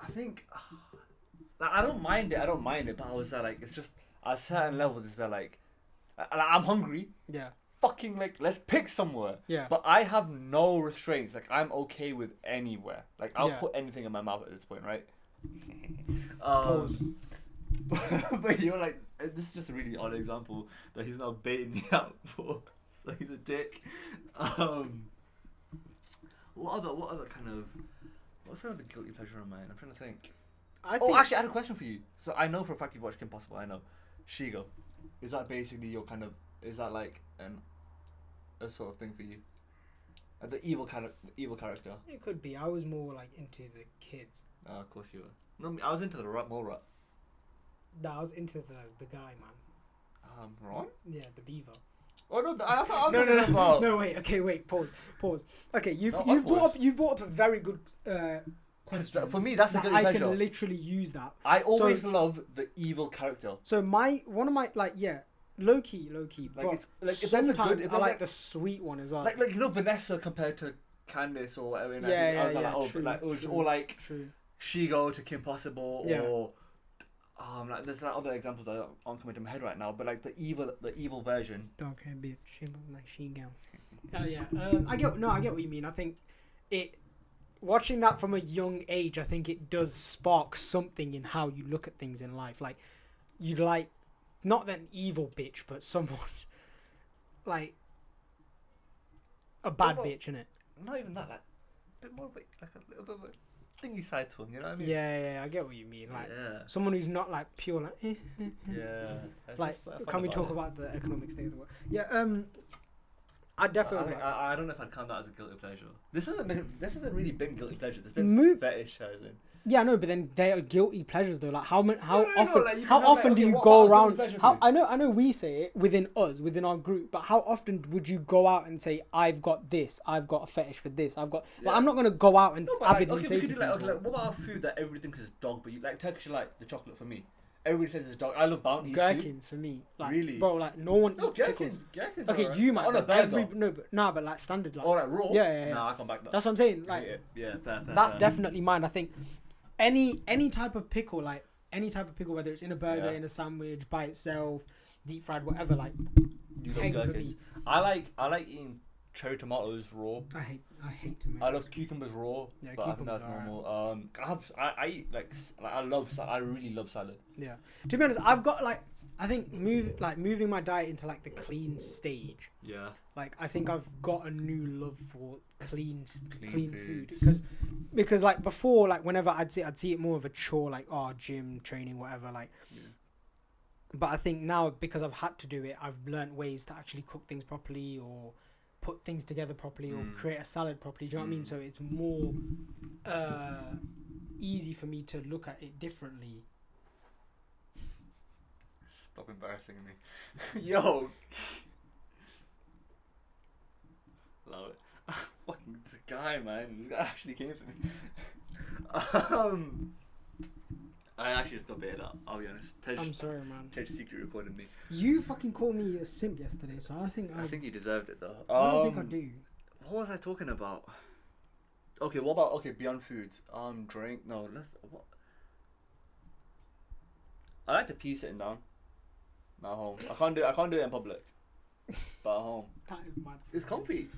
Speaker 2: I think like, I don't mind it. I don't mind it, but I was uh, like, it's just at certain levels, it's that like, I, I'm hungry.
Speaker 1: Yeah.
Speaker 2: fucking like let's pick somewhere.
Speaker 1: Yeah.
Speaker 2: But I have no restraints. Like I'm okay with anywhere. Like I'll
Speaker 1: Yeah.
Speaker 2: put anything in my mouth at this point, right? Um,
Speaker 1: Pause.
Speaker 2: but you're like, uh, this is just a really odd example that he's not baiting me out for. So he's a dick. Um, what other, what other kind of, what's another guilty pleasure of mine? I'm trying to think.
Speaker 1: I
Speaker 2: oh,
Speaker 1: think
Speaker 2: actually, I had a question for you. So I know for a fact you've watched Kim Possible. I know. Shigo, is that basically your kind of? Is that like an, a sort of thing for you? Uh, the evil kind of evil character.
Speaker 1: it could be. I was more like into the kids.
Speaker 2: Uh, of course you were. No, I was into the rat, mole rat.
Speaker 1: No, I was into the the guy man.
Speaker 2: Um, Ron.
Speaker 1: Yeah, the beaver.
Speaker 2: Oh no, th- I thought I was
Speaker 1: No, no,
Speaker 2: talking
Speaker 1: no,
Speaker 2: about.
Speaker 1: no. Wait. Okay. Wait. Pause. Pause. Okay. You've
Speaker 2: No, I
Speaker 1: you've brought
Speaker 2: paused.
Speaker 1: up you brought up a very good uh,
Speaker 2: Because
Speaker 1: question.
Speaker 2: for me, that's a
Speaker 1: that
Speaker 2: good
Speaker 1: I
Speaker 2: pleasure.
Speaker 1: can literally use that.
Speaker 2: I always
Speaker 1: So,
Speaker 2: love the evil character.
Speaker 1: so my one of my like yeah, low key, low key.
Speaker 2: Like,
Speaker 1: but
Speaker 2: it's- like, if there's a good-
Speaker 1: sometimes
Speaker 2: if
Speaker 1: I
Speaker 2: there's
Speaker 1: like,
Speaker 2: like-
Speaker 1: the sweet one as well.
Speaker 2: Like, like you know Vanessa compared to Candice or whatever. and I
Speaker 1: Yeah,
Speaker 2: think- I
Speaker 1: yeah,
Speaker 2: was like,
Speaker 1: yeah,
Speaker 2: oh, but
Speaker 1: true,
Speaker 2: like, or,
Speaker 1: true.
Speaker 2: or like
Speaker 1: True.
Speaker 2: Shigo to Kim Possible
Speaker 1: Yeah.
Speaker 2: or um, like there's like other examples that aren't coming to my head right now. But like the evil, the evil version.
Speaker 1: Dark hair bitch. She look like she go. Oh yeah. Um, I get no. I get what you mean. I think it. Watching that from a young age, I think it does spark something in how you look at things in life. Like you like not an evil bitch, but someone like a bad
Speaker 2: Well,
Speaker 1: bitch, innit?
Speaker 2: Not even that. Like a bit more of a, like a little bit of a thingy side to him. You know what I mean?
Speaker 1: Oh, Yeah, yeah, yeah, I get what you mean. Like
Speaker 2: Yeah.
Speaker 1: someone who's not like pure, like. eh, eh, eh.
Speaker 2: Yeah. That's
Speaker 1: Like,
Speaker 2: just what I
Speaker 1: can
Speaker 2: find
Speaker 1: we talk
Speaker 2: it.
Speaker 1: about the economic state of the world? Yeah. Um, I
Speaker 2: I,
Speaker 1: definitely.
Speaker 2: think-
Speaker 1: like that.
Speaker 2: I, I don't know if I'd count that as a guilty pleasure. This hasn't been. This hasn't really been guilty pleasure. It's been
Speaker 1: Mo-
Speaker 2: fetishizing.
Speaker 1: Yeah, no, but then they are guilty pleasures though. Like how many, how
Speaker 2: No, no, no,
Speaker 1: often,
Speaker 2: like, you can have,
Speaker 1: how
Speaker 2: like,
Speaker 1: often do
Speaker 2: okay,
Speaker 1: you
Speaker 2: what
Speaker 1: go
Speaker 2: about guilty
Speaker 1: around?
Speaker 2: pleasure
Speaker 1: How,
Speaker 2: group?
Speaker 1: I know, I know, we say it within us, within our group, but how often would you go out and say, "I've got this, I've got a fetish for this, I've got"? Like, I'm not gonna go out and
Speaker 2: No, but like,
Speaker 1: avidly
Speaker 2: okay,
Speaker 1: say
Speaker 2: we
Speaker 1: to
Speaker 2: could do like, okay,
Speaker 1: people-
Speaker 2: like, what about food that everybody thinks is dog, but you like Turkish like the chocolate for me. Everybody says it's dog. I love bounties too.
Speaker 1: gherkins for me. Like,
Speaker 2: Really?
Speaker 1: bro, like no one
Speaker 2: No,
Speaker 1: eats pickles.
Speaker 2: gherkins, gherkins.
Speaker 1: Okay,
Speaker 2: are
Speaker 1: you might
Speaker 2: on a
Speaker 1: but
Speaker 2: burger
Speaker 1: every no, but nah, but like standard like.
Speaker 2: or Oh, like raw.
Speaker 1: Yeah, yeah, yeah.
Speaker 2: Nah, I can't back that.
Speaker 1: That's what I'm saying.
Speaker 2: I
Speaker 1: Like,
Speaker 2: hate it. yeah, fair, fair,
Speaker 1: that's
Speaker 2: fair.
Speaker 1: definitely mine. I think any any type of pickle, like any type of pickle, whether it's in a burger,
Speaker 2: Yeah.
Speaker 1: in a sandwich, by itself, deep fried, whatever. Like,
Speaker 2: You love
Speaker 1: hang for
Speaker 2: gherkins.
Speaker 1: me.
Speaker 2: I like I like eating cherry tomatoes raw.
Speaker 1: I hate I hate
Speaker 2: I
Speaker 1: tomatoes.
Speaker 2: love cucumbers raw,
Speaker 1: Yeah,
Speaker 2: but
Speaker 1: cucumbers
Speaker 2: I think
Speaker 1: are
Speaker 2: that's
Speaker 1: alright.
Speaker 2: normal. Um, I have I, I eat like, s- like I love sa- I really love salad.
Speaker 1: Yeah. To be honest, I've got like I think move like moving my diet into like the clean stage.
Speaker 2: Yeah.
Speaker 1: Like I think I've got a new love for clean s-
Speaker 2: Clean
Speaker 1: clean, food
Speaker 2: foods.
Speaker 1: because because like before like whenever I'd see I'd see it more of a chore like oh gym training whatever like. But I think now because I've had to do it, I've learnt ways to actually cook things properly or put things together properly
Speaker 2: Mm.
Speaker 1: or create a salad properly. Do you know what I mean? So it's more uh, easy for me to look at it differently.
Speaker 2: Stop embarrassing me. Yo. Love it. Fucking this guy, man. This guy actually came for me. um, I actually just got baited out. I'll be honest. Tej,
Speaker 1: I'm sorry, man.
Speaker 2: Tej secret recorded me.
Speaker 1: You fucking called me a simp yesterday, so I think I,
Speaker 2: I think he deserved it though.
Speaker 1: I don't think I
Speaker 2: Um,
Speaker 1: do.
Speaker 2: What was I talking about? Okay, what about okay beyond food? Um, drink. No, let's. What? I like to pee sitting down. Not at home. I can't do. I can't do it in public. But at home,
Speaker 1: That is mad.
Speaker 2: it's comfy.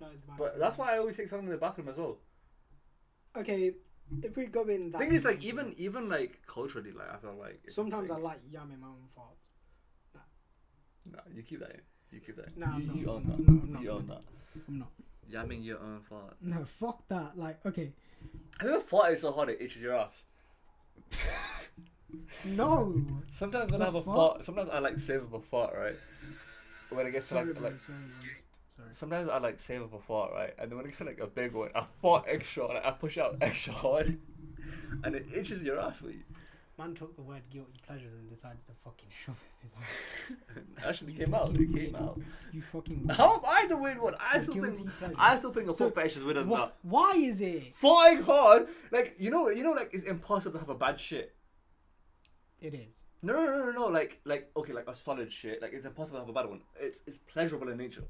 Speaker 1: That is mad.
Speaker 2: But that's why I always take something in the bathroom as well.
Speaker 1: Okay, if we go in that.
Speaker 2: thing is, like even even like culturally, like I feel like it's
Speaker 1: Sometimes I
Speaker 2: like,
Speaker 1: like yamming my own farts.
Speaker 2: Nah, you keep that. In. You keep that. In.
Speaker 1: Nah, I'm
Speaker 2: you,
Speaker 1: not,
Speaker 2: you
Speaker 1: I'm
Speaker 2: own
Speaker 1: not,
Speaker 2: that.
Speaker 1: no, I'm not.
Speaker 2: You own that.
Speaker 1: I'm not.
Speaker 2: Yamming your own fart.
Speaker 1: No, fuck that. Like, okay.
Speaker 2: Have you ever farted so hard it itches your ass?
Speaker 1: No!
Speaker 2: Sometimes when
Speaker 1: The
Speaker 2: I have a
Speaker 1: fuck?
Speaker 2: fart, sometimes I like save up a fart, right? When I get to
Speaker 1: Sorry,
Speaker 2: like,
Speaker 1: bro.
Speaker 2: like
Speaker 1: Sorry, bro. Sorry.
Speaker 2: sometimes I like save up a fart, right? And then when I get to like a big one, I fart extra, like I push out extra hard, and it itches your ass. With you.
Speaker 1: Man took the word guilty pleasures and decided to fucking shove it in his ass.
Speaker 2: It actually came out. It came out.
Speaker 1: You fucking.
Speaker 2: How am I the weird one? I still
Speaker 1: Guilty
Speaker 2: think
Speaker 1: pleasures.
Speaker 2: I still think a
Speaker 1: So,
Speaker 2: foot fetish is weirder than
Speaker 1: Wha-
Speaker 2: that.
Speaker 1: why is it?
Speaker 2: Farting hard, like you know, you know, like it's impossible to have a bad shit.
Speaker 1: It is.
Speaker 2: No, no, no, no, no. Like, like okay, like a solid shit. Like it's impossible to have a bad one. It's it's pleasurable in nature.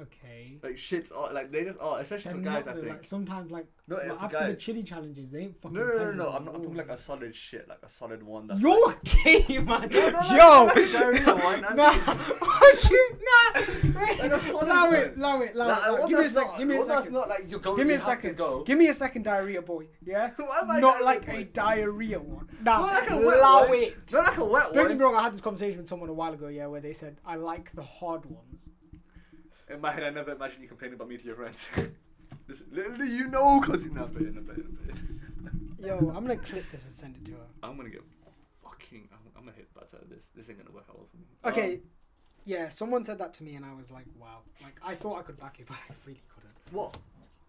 Speaker 1: Okay.
Speaker 2: Like shits all like they just are especially
Speaker 1: They're
Speaker 2: for guys.
Speaker 1: not,
Speaker 2: I
Speaker 1: though,
Speaker 2: think.
Speaker 1: Like, sometimes, like,
Speaker 2: No,
Speaker 1: like,
Speaker 2: yeah, for
Speaker 1: after the
Speaker 2: guys.
Speaker 1: chili challenges, they ain't fucking.
Speaker 2: no, no, no,
Speaker 1: peasant
Speaker 2: no, I'm
Speaker 1: at
Speaker 2: not. I'm talking
Speaker 1: all.
Speaker 2: like a solid shit, like a solid one. That's
Speaker 1: You're gay, man.
Speaker 2: no,
Speaker 1: Yo,
Speaker 2: like, sorry, no, why not?
Speaker 1: nah, what you nah?
Speaker 2: Like a solid
Speaker 1: Allow it,
Speaker 2: one.
Speaker 1: allow it,
Speaker 2: Like,
Speaker 1: allow it.
Speaker 2: what
Speaker 1: Give me a
Speaker 2: that's
Speaker 1: sec.
Speaker 2: not-
Speaker 1: Give me a
Speaker 2: what that's
Speaker 1: second.
Speaker 2: Not like you're going.
Speaker 1: Give me
Speaker 2: you
Speaker 1: a
Speaker 2: have to
Speaker 1: second.
Speaker 2: Go.
Speaker 1: Give me a second, diarrhea boy. Yeah,
Speaker 2: Why am I
Speaker 1: not
Speaker 2: diarrhea
Speaker 1: like
Speaker 2: boy?
Speaker 1: a diarrhea one. Nah,
Speaker 2: Not like a wet
Speaker 1: allow
Speaker 2: one.
Speaker 1: it.
Speaker 2: Not like a wet
Speaker 1: Don't get
Speaker 2: one.
Speaker 1: me wrong. I had this conversation with someone a while ago. Yeah, where they said I like the hard ones.
Speaker 2: In my head, I never imagined you complaining about me to your friends. This- Literally, you know, cause in a bit, in a bit, in a bit.
Speaker 1: Yo, I'm gonna clip this and send it to her.
Speaker 2: I'm gonna get fucking. I'm, I'm gonna hit the backside of this. This ain't gonna work out well for me.
Speaker 1: Okay,
Speaker 2: Um,
Speaker 1: yeah, someone said that to me, and I was like, wow. Like I thought I could back it, but I really couldn't.
Speaker 2: what?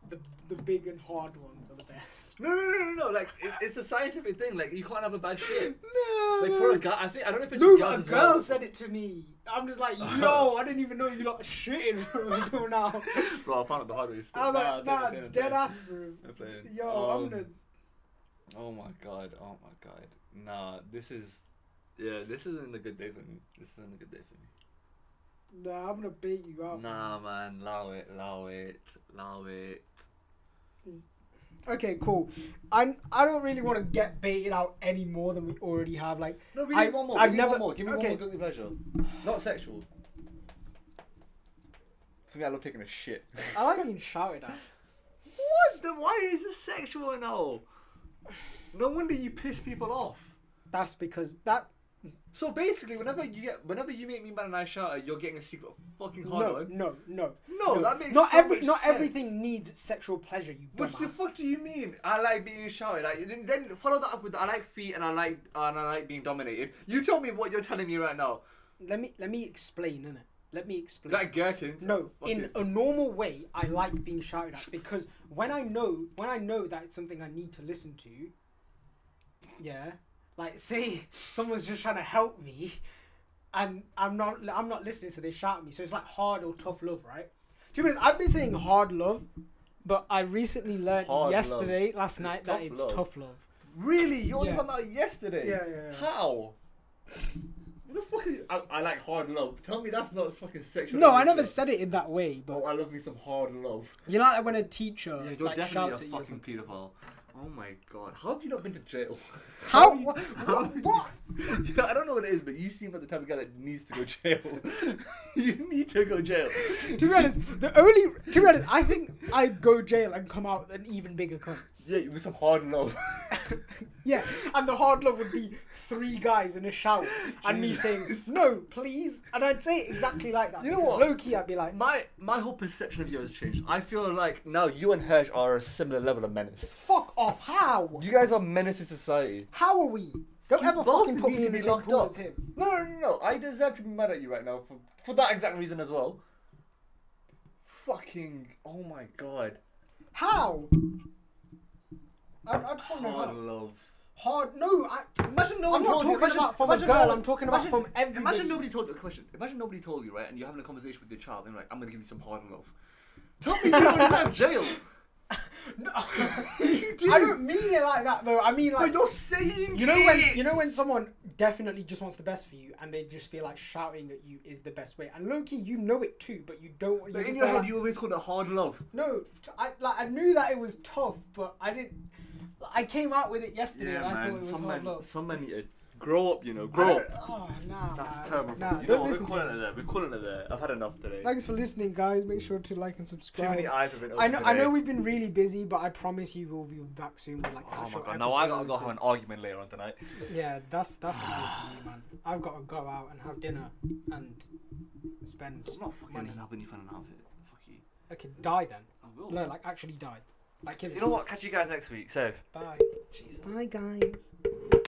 Speaker 1: The the big and hard ones are the best.
Speaker 2: No, no, no, no, no. Like it, it's a scientific thing. Like you can't have a bad shit.
Speaker 1: No.
Speaker 2: Like for a guy, I think I don't know if it's
Speaker 1: Luke,
Speaker 2: girls
Speaker 1: a
Speaker 2: as
Speaker 1: girl
Speaker 2: well.
Speaker 1: said it to me. I'm just like, yo, I didn't even know you lot shitting until now.
Speaker 2: Bro, I found out the hard way. Still.
Speaker 1: I was
Speaker 2: Nah, I'm playing,
Speaker 1: like, nah,
Speaker 2: I'm playing, I'm
Speaker 1: dead
Speaker 2: playing.
Speaker 1: ass, bro.
Speaker 2: I'm playing.
Speaker 1: Yo, I'm
Speaker 2: Um,
Speaker 1: gonna.
Speaker 2: Oh my god, oh my god. Nah, this is yeah, this isn't a good day for me. This isn't a good day for me.
Speaker 1: Nah, I'm gonna beat you up.
Speaker 2: Nah man, allow it, allow it, allow it.
Speaker 1: Okay, cool. I I don't really want to get baited out any more than we already have. Like, I, I've never. okay,
Speaker 2: guilty pleasure. Not sexual. For me I love taking a shit.
Speaker 1: I like being shouted at.
Speaker 2: what the why is this sexual now? No wonder you piss people off.
Speaker 1: That's because that.
Speaker 2: So basically whenever you get whenever you make me mad and I shout at you, you're getting a secret fucking hard
Speaker 1: No,
Speaker 2: on.
Speaker 1: no, no,
Speaker 2: No, that makes
Speaker 1: not
Speaker 2: so
Speaker 1: every
Speaker 2: much
Speaker 1: not
Speaker 2: sense.
Speaker 1: everything needs sexual pleasure. You
Speaker 2: What the
Speaker 1: dumbass.
Speaker 2: fuck do you mean? I like being shouted. Like then, then follow that up with I like feet and I like and I like being dominated. You tell me what you're telling me right now.
Speaker 1: Let me let me explain, innit? Let me explain.
Speaker 2: Like gherkins.
Speaker 1: No,
Speaker 2: Fuck
Speaker 1: in
Speaker 2: it.
Speaker 1: a normal way, I like being shouted at because when I know when I know that it's something I need to listen to, yeah, like say someone's just trying to help me, and I'm not I'm not listening, so they shout at me. So it's like hard or tough love, right? Do you know what it is? I've been saying hard love, but I recently learned
Speaker 2: Hard love.
Speaker 1: yesterday, last
Speaker 2: It's
Speaker 1: night, that
Speaker 2: tough
Speaker 1: it's
Speaker 2: love.
Speaker 1: tough love.
Speaker 2: really, you only
Speaker 1: Yeah.
Speaker 2: found out yesterday.
Speaker 1: Yeah, yeah, yeah.
Speaker 2: How? what the fuck? Are you, I, I like hard love. Tell me that's not fucking sexual.
Speaker 1: No, I
Speaker 2: nature.
Speaker 1: never said it in that way, but
Speaker 2: Oh, I love me some hard love.
Speaker 1: you know, like when a teacher
Speaker 2: Yeah, you're
Speaker 1: like shouts
Speaker 2: definitely
Speaker 1: at
Speaker 2: a
Speaker 1: you. or
Speaker 2: fucking
Speaker 1: something.
Speaker 2: pedophile. Oh my god, how have you not been to jail?
Speaker 1: How? What?
Speaker 2: How-
Speaker 1: what?
Speaker 2: Yeah, I don't know what it is, but you seem like the type of guy that needs to go jail. you need to go jail.
Speaker 1: To be honest, the only to be honest, I think I'd go jail and come out an even bigger cunt.
Speaker 2: Yeah, with some hard love.
Speaker 1: Yeah, and the hard love would be three guys in a shower and me saying no, please, and I'd say it exactly like that.
Speaker 2: You know
Speaker 1: because
Speaker 2: what?
Speaker 1: Low key, I'd be like,
Speaker 2: my my whole perception of you has changed. I feel like now you and Hirsch are a similar level of menace.
Speaker 1: "Fuck off! How?
Speaker 2: You guys are menace to society.
Speaker 1: How are we? Don't ever
Speaker 2: Both
Speaker 1: fucking
Speaker 2: of
Speaker 1: put
Speaker 2: you
Speaker 1: me in the
Speaker 2: need to be
Speaker 1: same
Speaker 2: locked
Speaker 1: pool
Speaker 2: up.
Speaker 1: as him."
Speaker 2: No, no, no, no. I deserve to be mad at you right now for for that exact reason as well. Fucking oh my god.
Speaker 1: How? I, I just want to know
Speaker 2: Hard
Speaker 1: how.
Speaker 2: love.
Speaker 1: Hard? No, I.
Speaker 2: Imagine no
Speaker 1: I'm not talking about from a girl, I'm talking about from everybody.
Speaker 2: Imagine nobody told you a question. Imagine nobody told you, right? And you're having a conversation with your child, and you're like, I'm gonna give you some hard love. Tell me you don't have jail.
Speaker 1: No.
Speaker 2: You do.
Speaker 1: I don't mean it like that though. I mean
Speaker 2: But
Speaker 1: like
Speaker 2: you're saying
Speaker 1: You know when
Speaker 2: it.
Speaker 1: you know when someone definitely just wants the best for you, and they just feel like shouting at you is the best way. And Loki, you know it too, but you don't. want.
Speaker 2: But in
Speaker 1: just
Speaker 2: your
Speaker 1: there
Speaker 2: head,
Speaker 1: like,
Speaker 2: you always call it hard love.
Speaker 1: no, t- I like I knew that it was tough, but I didn't. I came out with it yesterday, and I thought it was hard love.
Speaker 2: some men need to grow up, you know,
Speaker 1: I don't- Oh nah, man.
Speaker 2: That's terrible. you
Speaker 1: Nah,
Speaker 2: know
Speaker 1: don't
Speaker 2: what,
Speaker 1: listen
Speaker 2: we're calling
Speaker 1: to.
Speaker 2: it
Speaker 1: It.
Speaker 2: there. We're calling it there. I've had enough today.
Speaker 1: Thanks for listening, guys. Make sure to like and
Speaker 2: Too
Speaker 1: subscribe.
Speaker 2: many eyes have been opened
Speaker 1: I know. I know
Speaker 2: today.
Speaker 1: we've been really busy, but I promise you we'll be back soon with like
Speaker 2: Oh
Speaker 1: actual
Speaker 2: my god! Now I gotta go
Speaker 1: episodes
Speaker 2: have an
Speaker 1: and-
Speaker 2: argument later on tonight.
Speaker 1: Yeah, that's that's all for me, man. I've got to go out and have dinner and spend
Speaker 2: I'm not fucking
Speaker 1: money.
Speaker 2: ending up when you find an outfit. Fuck you.
Speaker 1: I could die then.
Speaker 2: I will.
Speaker 1: No, like actually die. Like kill
Speaker 2: You know
Speaker 1: yourself.
Speaker 2: what? Catch you guys next week. Safe.
Speaker 1: Bye.
Speaker 2: Jesus.
Speaker 1: Bye, guys.